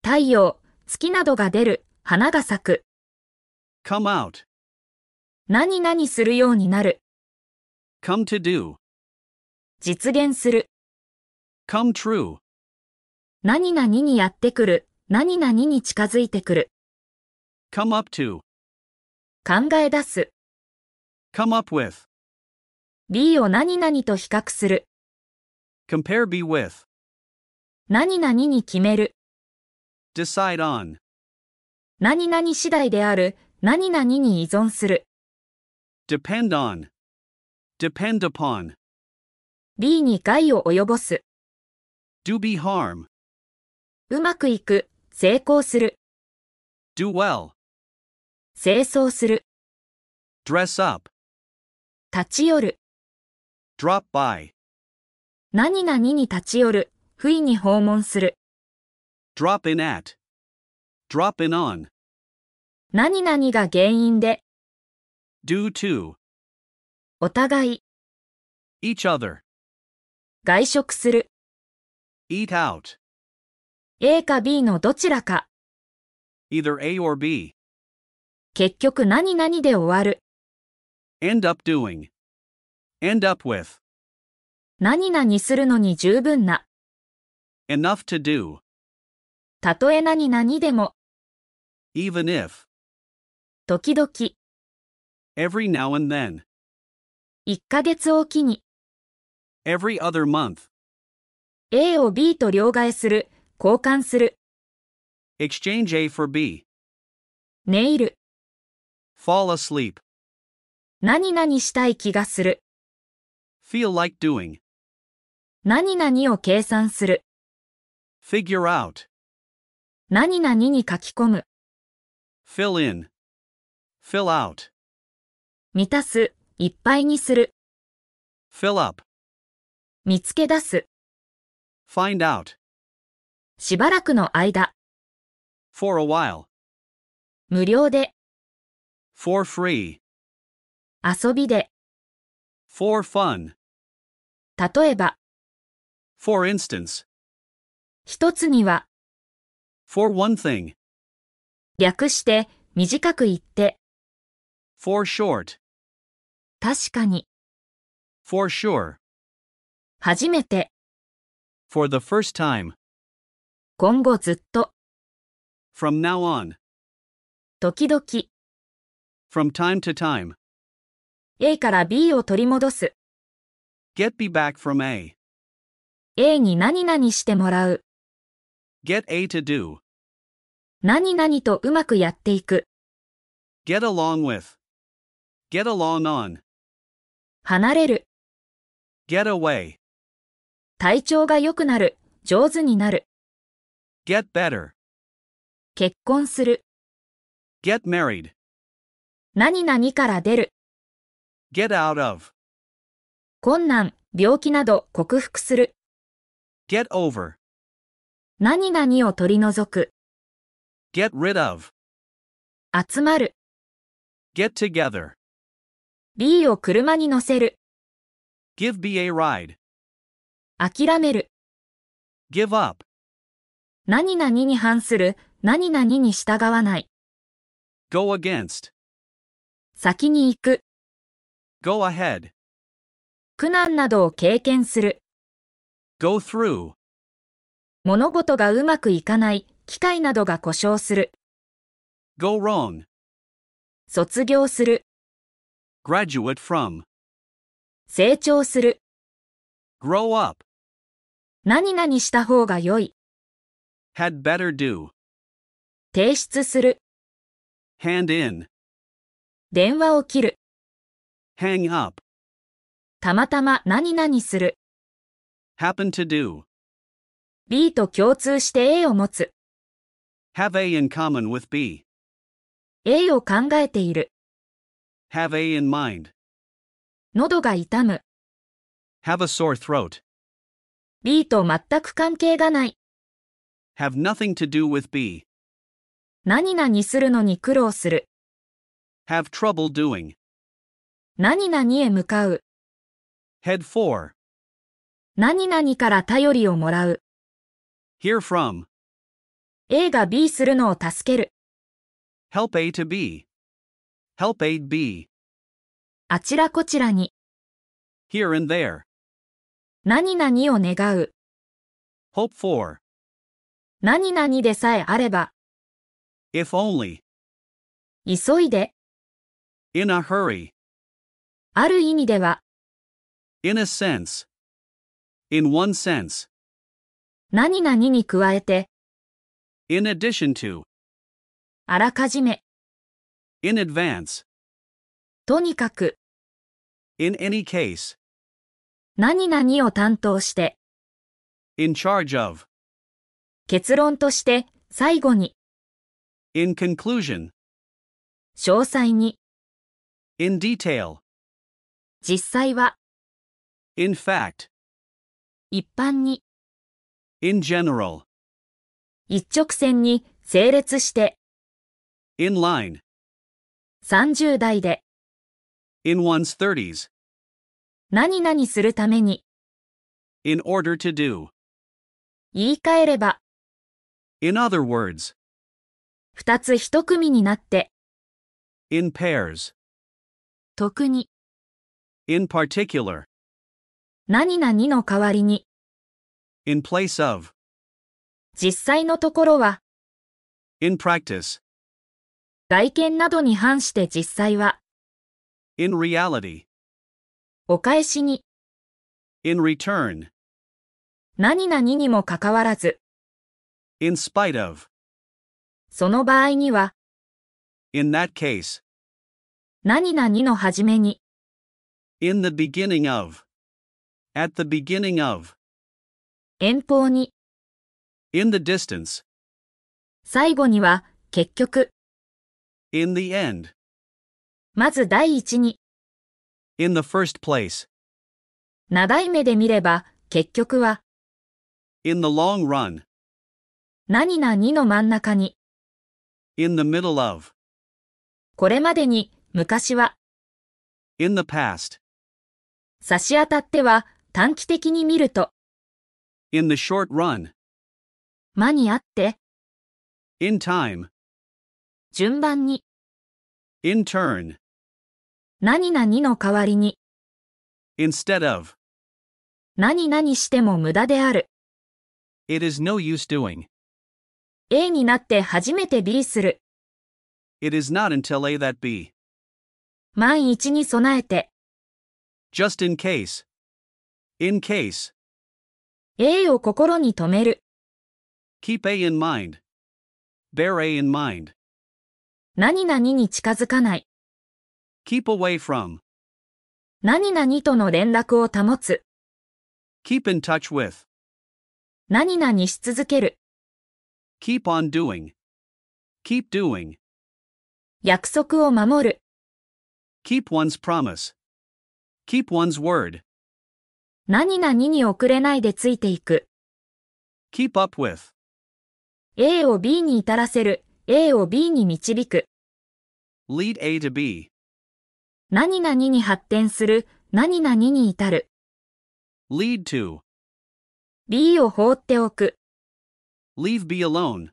B: 太陽、月などが出る、花が咲く、
A: come out,
B: 何々するようになる、
A: come to do,
B: 実現する、
A: come true,
B: 何々にやってくる、何々に近づいてくる、
A: come up to,
B: 考え出す、
A: come up with,
B: B を何々と比較する、
A: compare B with,
B: 何々に決める、
A: decide on,
B: 何々次第である、何々に依存する、
A: depend on, depend upon,
B: B に害を及ぼす、
A: do be harm,
B: うまくいく、成功する、
A: do well,
B: 清掃する、
A: dress up,
B: 立ち寄る、
A: drop by,
B: 何々に立ち寄る、不意に訪問する、
A: drop in at, drop in on,
B: 何々が原因で、
A: due to,
B: お互い、
A: each other,
B: 外食する、
A: eat out,
B: A か B のどちらか、
A: either A or B,
B: 結局何々で終わる、
A: end up doing, end up with,
B: 何々するのに十分な、
A: enough to do,
B: たとえ何々でも、
A: even if,
B: 時々、
A: every now and then,
B: 1ヶ月おきに、
A: every other month,
B: A を B と両替する、交換する、
A: exchange A for B,
B: ネイル、
A: fall asleep,
B: 何々したい気がする、
A: feel like doing,
B: 何々を計算する、
A: figure out,
B: 何々に書き込む、
A: fill in, fill out,
B: 満たす、いっぱいにする、
A: fill up,
B: 見つけ出す、
A: find out,
B: しばらくの間、
A: for a while,
B: 無料で、
A: for free,
B: 遊びで、
A: for fun,
B: 例えば、
A: for instance,
B: 一つには、
A: for one thing,
B: 略して、短く言って、
A: for short,
B: 確かに、
A: for sure,
B: 初めて、
A: for the first time,
B: 今後ずっと、
A: from now on,
B: 時々、
A: from time to time,
B: A から B を取り戻す、
A: get B back from A,
B: A に何々してもらう、
A: get A to do,
B: 何々とうまくやっていく、
A: get along with, get along on,
B: 離れる、
A: get away,
B: 体調が良くなる、上手になる、
A: get better,
B: 結婚する、
A: get married,
B: 何々から出る、
A: get out of,
B: 困難、病気など克服する、
A: get over,
B: 何々を取り除く、
A: get rid of,
B: 集まる、
A: get together,
B: B を車に乗せる、
A: give B a ride,
B: 諦める、
A: give up,
B: 何々に反する、何々に従わない、
A: go against,
B: 先に行く、
A: go ahead,
B: 苦難などを経験する、
A: go through,
B: 物事がうまくいかない、機械などが故障する。
A: Go wrong.
B: 卒業する、
A: Graduate from.
B: 成長する、
A: Grow up.
B: 何々した方が良い、
A: Had better do.
B: 提出する、
A: Hand in.
B: 電話を切る、
A: Hang up.
B: たまたま何々する、
A: Happen to do.
B: B と共通して A を持つ、
A: Have A in common with B.
B: A を考えている、
A: Have A in mind.
B: 喉が痛む、
A: Have a sore throat.
B: B と全く関係がない、
A: Have nothing to do with B.
B: 何々するのに苦労する、
A: Have trouble doing.
B: 何々へ向かう、
A: Head for.
B: 何々から頼りをもらう、
A: Hear from.
B: A が B するのを助ける、
A: Help A to B. Help aid B.
B: あちらこちらに、
A: Here and there.
B: 何々を願う、
A: Hope for.
B: 何々でさえあれば、
A: If only.
B: 急いで、
A: In a hurry.
B: ある意味では、
A: In a sense. In one sense.
B: 何々に加えて、
A: In addition to.
B: あらかじめ、
A: In advance.
B: とにかく、
A: In any case.
B: 何々を担当して、
A: In charge of.
B: 結論として、最後に、
A: In conclusion.
B: 詳細に、
A: In detail.
B: 実際は、
A: In fact.
B: 一般に、
A: In general.
B: 一直線に、整列して、
A: In line.
B: 30代で、
A: In one's 30s.
B: 何々するために、
A: In order to do.
B: 言い換えれば、
A: In other words.
B: 二つ一組になって、
A: In pairs.
B: 特に、
A: In particular.
B: 何々の代わりに、
A: In place of.
B: 実際のところは、
A: In practice.
B: 外見などに反して実際は、
A: In reality.
B: お返しに、
A: In return.
B: 何々にもかかわらず、
A: In spite of.
B: その場合には、
A: In that case.
B: 何々の始めに、
A: In the beginning of. At the beginning of.
B: 遠方に、
A: In the distance.
B: 最後には、結局、
A: In the end.
B: まず第一に、
A: In the first place.
B: 長い目で見れば、結局は、
A: In the long run.
B: 何々の真ん中に、
A: In the middle of.
B: これまでに、昔は、
A: In the past.
B: 差し当たっては、短期的に見ると、
A: In the short run.
B: 間に合って、
A: In time.
B: 順番に、
A: In turn.
B: 何々の代わりに、
A: Instead of.
B: 何々しても無駄である。
A: It is no use doing.
B: A になって初めて B する。
A: It is not until A that B.
B: 万一に備えて、
A: Just in case. In case.
B: A を心に留める。
A: Keep A in mind. Bear A in mind.
B: 何々に近づかない。
A: Keep away from.
B: 何々との連絡を保つ。
A: Keep in touch with.
B: 何々し続ける。
A: Keep on doing. Keep doing.
B: 約束を守る。
A: Keep one's promise. Keep one's word.
B: 何々に遅れないでついていく。
A: Keep up with.
B: A を B に至らせる。A を B に導く。
A: Lead A to B.
B: 何々に発展する。何々に至る。
A: Lead to.
B: B を放っておく。
A: Leave B alone.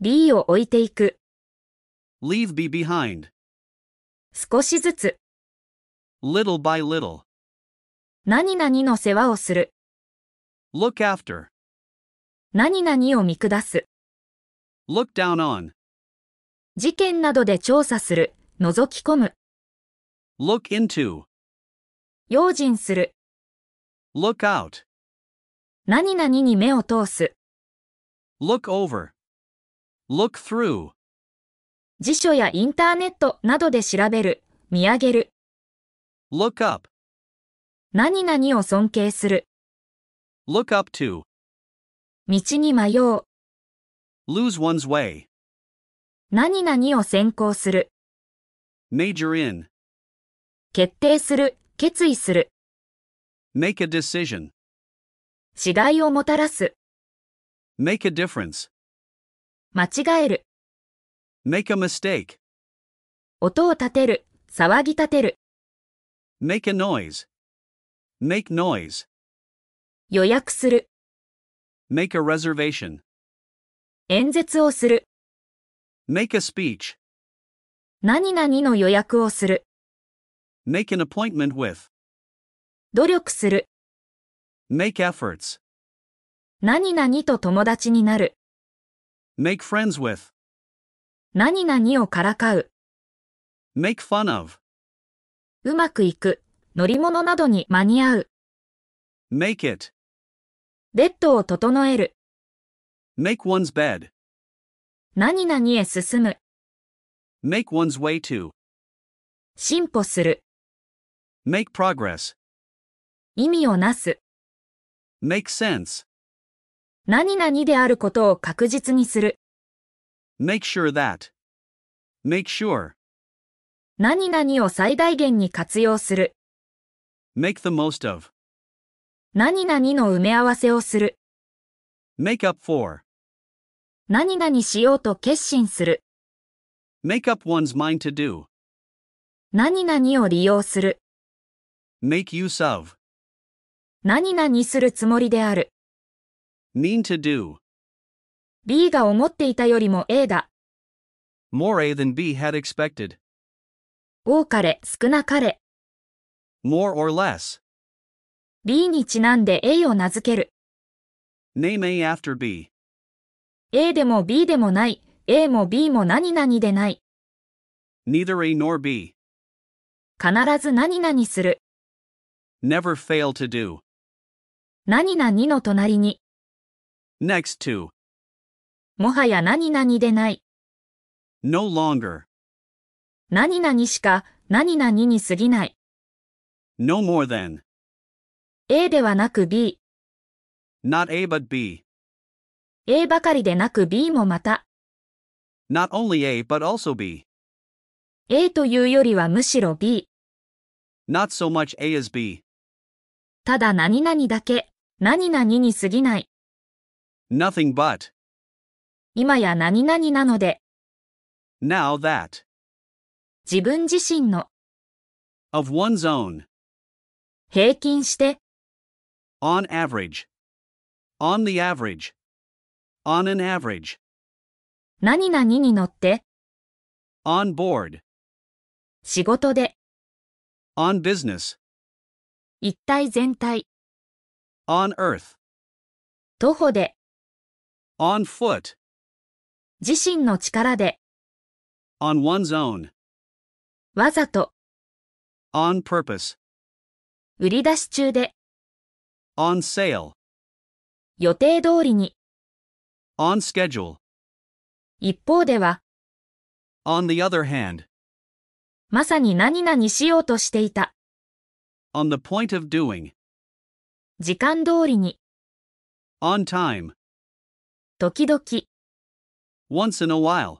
B: B を置いていく。
A: Leave B behind.
B: 少しずつ。
A: Little by little.
B: 何々の世話をする。
A: Look after.
B: 何々を見下す。
A: Look down on.
B: 事件などで調査する、覗き込む、
A: Look into.
B: 用心する、
A: Look out.
B: 何々に目を通す、
A: Look over. Look through.
B: 辞書やインターネットなどで調べる、見上げる、
A: Look up.
B: 何々を尊敬する、
A: Look up to.
B: 道に迷う、
A: Lose one's way.
B: 何々を先行する、
A: Major in.
B: 決定する、決意する、
A: Make a decision.
B: 違いをもたらす、
A: Make a difference.
B: 間違える、
A: Make a mistake.
B: 音を立てる、騒ぎ立てる、
A: Make a noise. Make noise.
B: 予約する、
A: Make a reservation.
B: 演説をする、
A: Make a speech.
B: 何々の予約をする、
A: Make an appointment with.
B: 努力する、
A: Make efforts.
B: 何々と友達になる、
A: Make friends with.
B: 何々をからかう、
A: Make fun of.
B: うまくいく、乗り物などに間に合う、
A: Make it.
B: ベッドを整える、
A: Make one's bed.
B: 何々へ進む、
A: Make one's way to.
B: 進歩する、
A: Make progress.
B: 意味をなす、
A: Make sense.
B: 何々であることを確実にする、
A: Make sure that. Make sure.
B: 何々を最大限に活用する、
A: Make the most of.
B: 何々の埋め合わせをする、
A: Make up for.
B: 何々しようと決心する、
A: Make up one's mind to do.
B: 何々を利用する、
A: Make use of.
B: 何々するつもりである、
A: Mean to do.
B: B が思っていたよりも A だ、
A: More A than B had expected.
B: 多かれ少なかれ、
A: More or less.
B: B にちなんで A を名付ける、
A: Name A after B.
B: A でも B でもない、A も B も何々でない、
A: Neither A nor B.
B: 必ず何々する、
A: Never fail to do.
B: 何々の隣に、
A: Next to.
B: もはや何々でない、
A: No longer.
B: 何々しか何々に過ぎない、
A: No more than.
B: A ではなく B、
A: Not A but B.
B: A ばかりでなく B もまた、
A: Not only A but also B.
B: A というよりはむしろ B、
A: Not so much A as B.
B: ただ何々だけ、何々に過ぎない、
A: Nothing but.
B: 今や何々なので、
A: Now that.
B: 自分自身の、
A: Of one's own.
B: 平均して、
A: On average. On the average. On an average.
B: 何々に乗って、
A: On board.
B: 仕事で、
A: On business.
B: 一体全体、
A: On earth.
B: 徒歩で、
A: On foot.
B: 自身の力で、
A: On one's own.
B: わざと、
A: On purpose.
B: 売り出し中で、
A: On sale.
B: 予定通りに、
A: On schedule.
B: 一方では、
A: On the other hand.
B: まさに何々しようとしていた、
A: On the point of doing.
B: 時間通りに、
A: On time.
B: 時々、
A: Once in a while.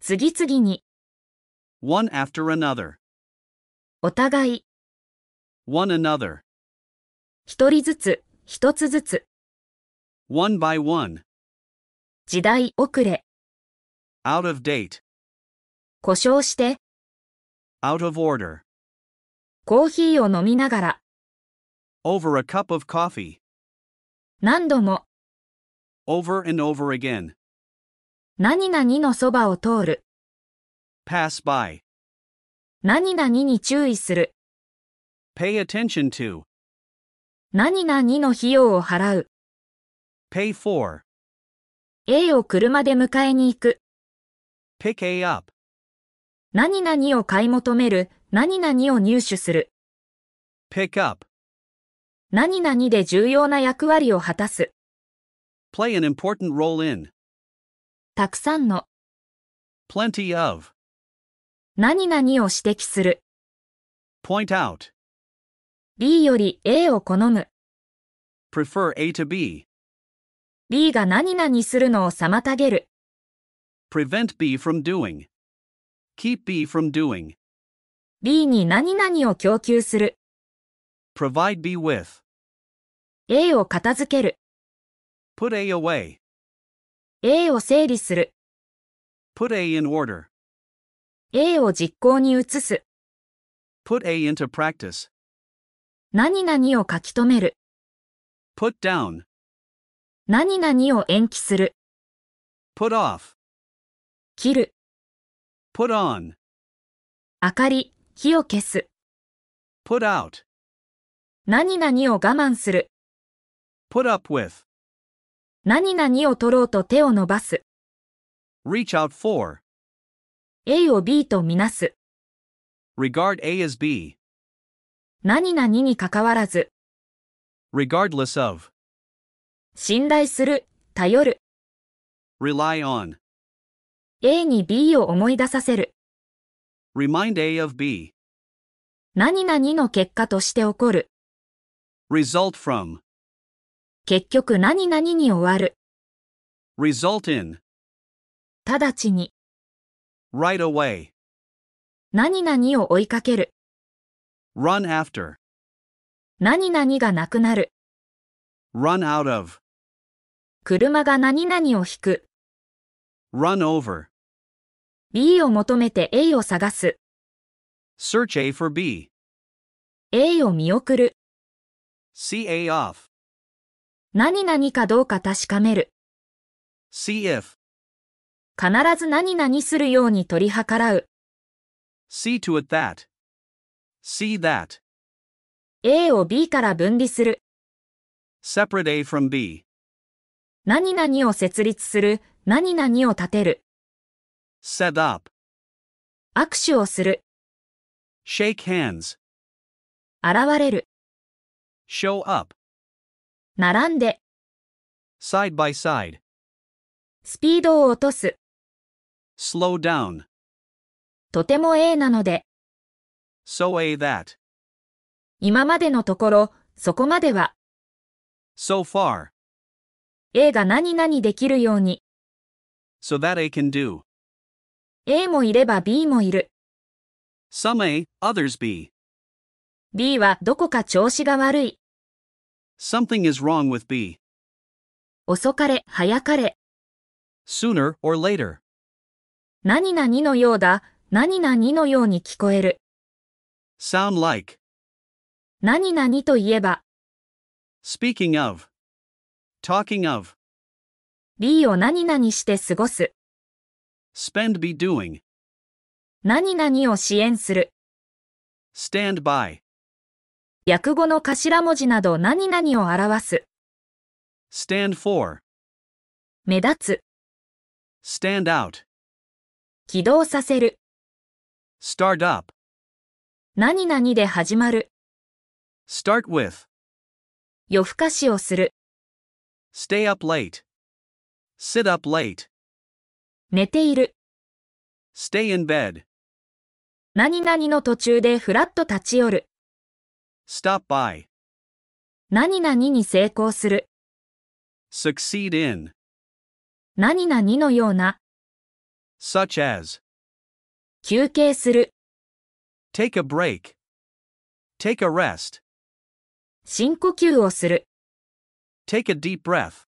B: 次々に、
A: One after another.
B: お互い、
A: One another.
B: 一人ずつ、一つずつ、
A: One by one.
B: 時代遅れ、
A: Out of date.
B: 故障して、
A: Out of order.
B: コーヒーを飲みながら、
A: Over a cup of coffee.
B: 何度も、
A: Over and over again.
B: 何々のそばを通る、
A: Pass by.
B: 何々に注意する、
A: Pay attention to.
B: 何々の費用を払う、
A: Pay for.
B: A を車で迎えに行く。
A: Pick A up.
B: 何々を買い求める、何々を入手する、
A: Pick up.
B: 何々で重要な役割を果たす、
A: Play an important role in.
B: たくさんの、
A: Plenty of.
B: 何々を指摘する、
A: Point out.
B: B より A を好む、
A: Prefer A to B.
B: B が何々するのを妨げる、
A: Prevent B from doing. Keep B from doing.
B: B に何々を供給する、
A: Provide B with.
B: A を片付ける、
A: Put A away.
B: A を整理する、
A: Put A in order.
B: A を実行に移す、
A: Put A into practice.
B: 何々を書き留める、
A: Put down.
B: 何々を延期する、
A: Put off.
B: 切る、
A: Put on.
B: 明かり、火を消す、
A: Put out.
B: 何々を我慢する、
A: Put up with.
B: 何々を取ろうと手を伸ばす、
A: Reach out for.
B: A を B とみなす、
A: Regard A as B.
B: 何々に関わらず、
A: Regardless of.
B: 信頼する、頼る、
A: Rely on.
B: A に B を思い出させる、
A: Remind A of B.
B: 何々の結果として起こる、
A: Result from.
B: 結局何々に終わる、
A: Result in.
B: 直ちに、
A: Right away.
B: 何々を追いかける、
A: Run after.
B: 何々がなくなる、
A: Run out of.
B: 車が何々を引く、
A: Run over.
B: B を求めて A を探す、
A: Search A for B.
B: A を見送る、
A: See A off.
B: 何々かどうか確かめる、
A: See if.
B: 必ず何々するように取り計らう、
A: See to it that. See that.
B: A を B から分離する、
A: Separate A from B.
B: 何々を設立する、何々を立てる、
A: Set up.
B: 握手をする、
A: Shake hands.
B: 現れる、
A: Show up.
B: 並んで、
A: Side by side.
B: スピードを落とす、
A: Slow down.
B: とても A なので、
A: So A that.
B: 今までのところ、そこまでは、
A: So far.
B: A が何々できるように、
A: So that A can do.
B: A もいれば B もいる。
A: Some A, others B.
B: B はどこか調子が悪い。
A: Something is wrong with B.
B: 遅かれ、早かれ。
A: Sooner or later.
B: 何々のようだ、何々のように聞こえる。
A: Sound like.
B: 何々といえば、
A: Speaking of. Talking of.
B: B を何々して過ごす。
A: Spend be doing.
B: 何々を支援する。
A: Stand by.
B: 訳語の頭文字など何々を表す。
A: Stand for.
B: 目立つ。
A: Stand out.
B: 起動させる。
A: Start up.
B: 何々で始まる。
A: Start with.
B: 夜更かしをする。
A: Stay up late. Sit up late.
B: 寝ている。
A: Stay in bed.
B: 何々の途中でふらっと立ち寄る。
A: Stop by.
B: 何々に成功する。
A: Succeed in.
B: 何々のような。
A: Such as.
B: 休憩する。
A: Take a break. Take a rest.
B: 深呼吸をする。
A: Take a deep breath.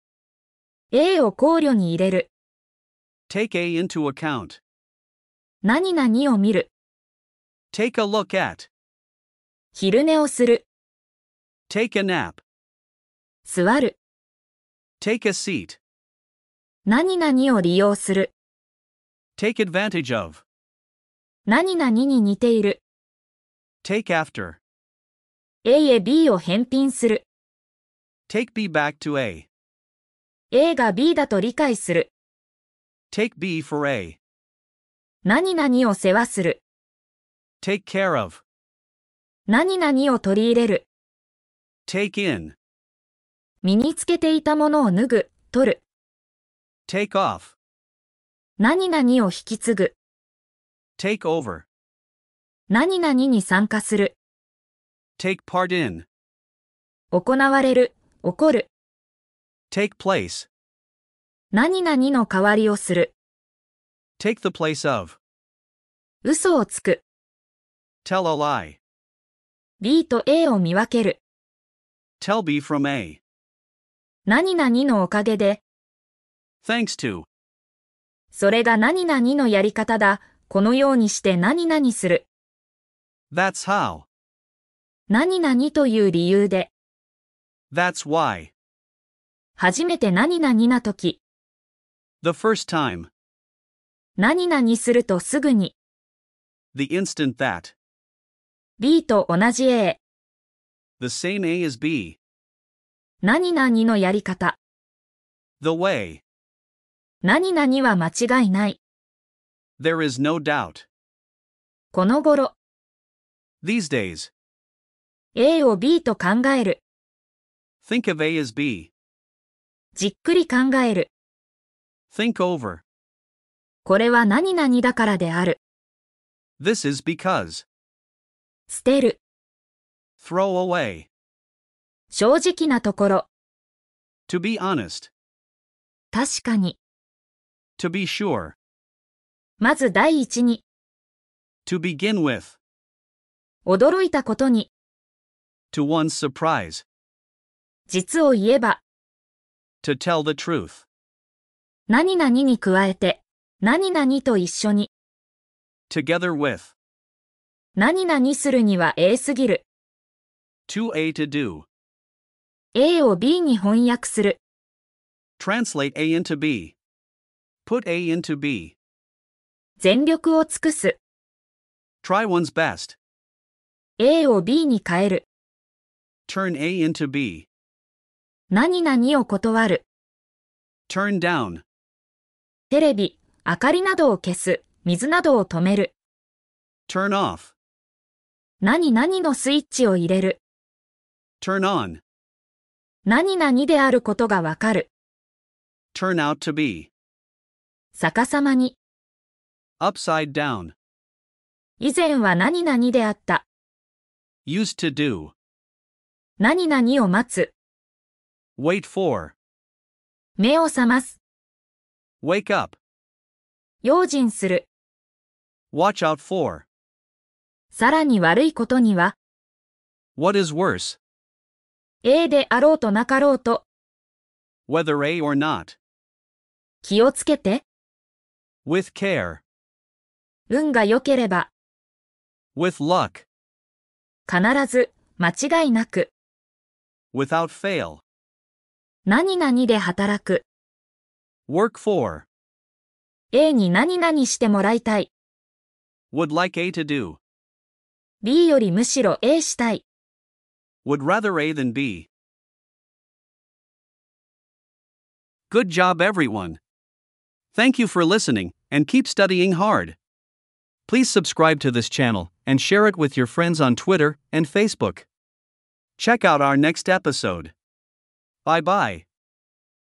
B: A を考慮に入れる。
A: Take A into account.
B: 何々を見る。
A: Take a look at.
B: 昼寝をする。
A: Take a nap.
B: 座る。
A: Take a seat.
B: 何々を利用する。
A: Take advantage of.
B: 何々に似ている。
A: Take after.
B: A へ B を返品する。
A: Take B back to A.
B: A が B だと理解する。
A: Take B for A.
B: 何々を世話する、
A: Take care of.
B: 何々を取り入れる、
A: Take in.
B: 身につけていたものを脱ぐ、取る、
A: Take off.
B: 何々を引き継ぐ、
A: Take over.
B: 何々に参加する、
A: Take part in.
B: 行われる、起こる、
A: Take place.
B: 何々の代わりをする、
A: Take the place of.
B: 嘘をつく、
A: Tell a lie.
B: B と A を見分ける、
A: Tell B from A.
B: 何々のおかげで、
A: Thanks to.
B: それが何々のやり方だ、このようにして何々する、
A: That's how.
B: 何々という理由で、
A: That's why.
B: 初めて何々な時、
A: The first time.
B: 何々するとすぐに、
A: The instant that.
B: B と同じ A、
A: The same A as B.
B: 何々のやり方、
A: The way.
B: 何々は間違いない。
A: There is no doubt.
B: この頃、
A: These days.
B: A を B と考える、
A: Think of A as B.
B: じっくり考える、
A: Think over.
B: これは何々だからである、
A: This is because.
B: 捨てる、
A: Throw away.
B: 正直なところ、
A: To be honest.
B: 確かに、
A: To be sure.
B: まず第一に、
A: To begin with.
B: 驚いたことに、
A: To one's surprise.
B: 実を言えば、
A: To tell the truth.
B: 何々に加えて、何々と一緒に、
A: Together with.
B: 何々するには A すぎる、
A: To A to do.
B: A を B に翻訳する、
A: Translate A into B. Put A into B.
B: 全力を尽くす、
A: Try one's best.
B: A を B に変える、
A: Turn A into B.
B: 何々を断る、
A: Turn down.
B: テレビ、明かりなどを消す、水などを止める、
A: Turn off.
B: 何々のスイッチを入れる、
A: Turn on.
B: 何々であることがわかる、
A: Turn out to be.
B: 逆さまに、
A: Upside down.
B: 以前は何々であった、
A: Used to do.
B: 何々を待つ、
A: Wait for.
B: 目を覚ます、
A: Wake up.
B: 用心する、
A: Watch out for.
B: さらに悪いことには、
A: What is worse?
B: A であろうとなかろうと、
A: Whether A or not.
B: 気をつけて、
A: With care.
B: 運が良ければ、
A: With luck.
B: 必ず、間違いなく、
A: Without fail.
B: 何々で働く、
A: Work for.
B: A に何々してもらいたい、
A: Would like A to do.
B: B よりむしろ A したい。
A: Would rather A than B. Good job, everyone. Thank you for listening and keep studying hard. Please subscribe to this channel and share it with your friends on Twitter and Facebook. Check out our next episode. Bye bye.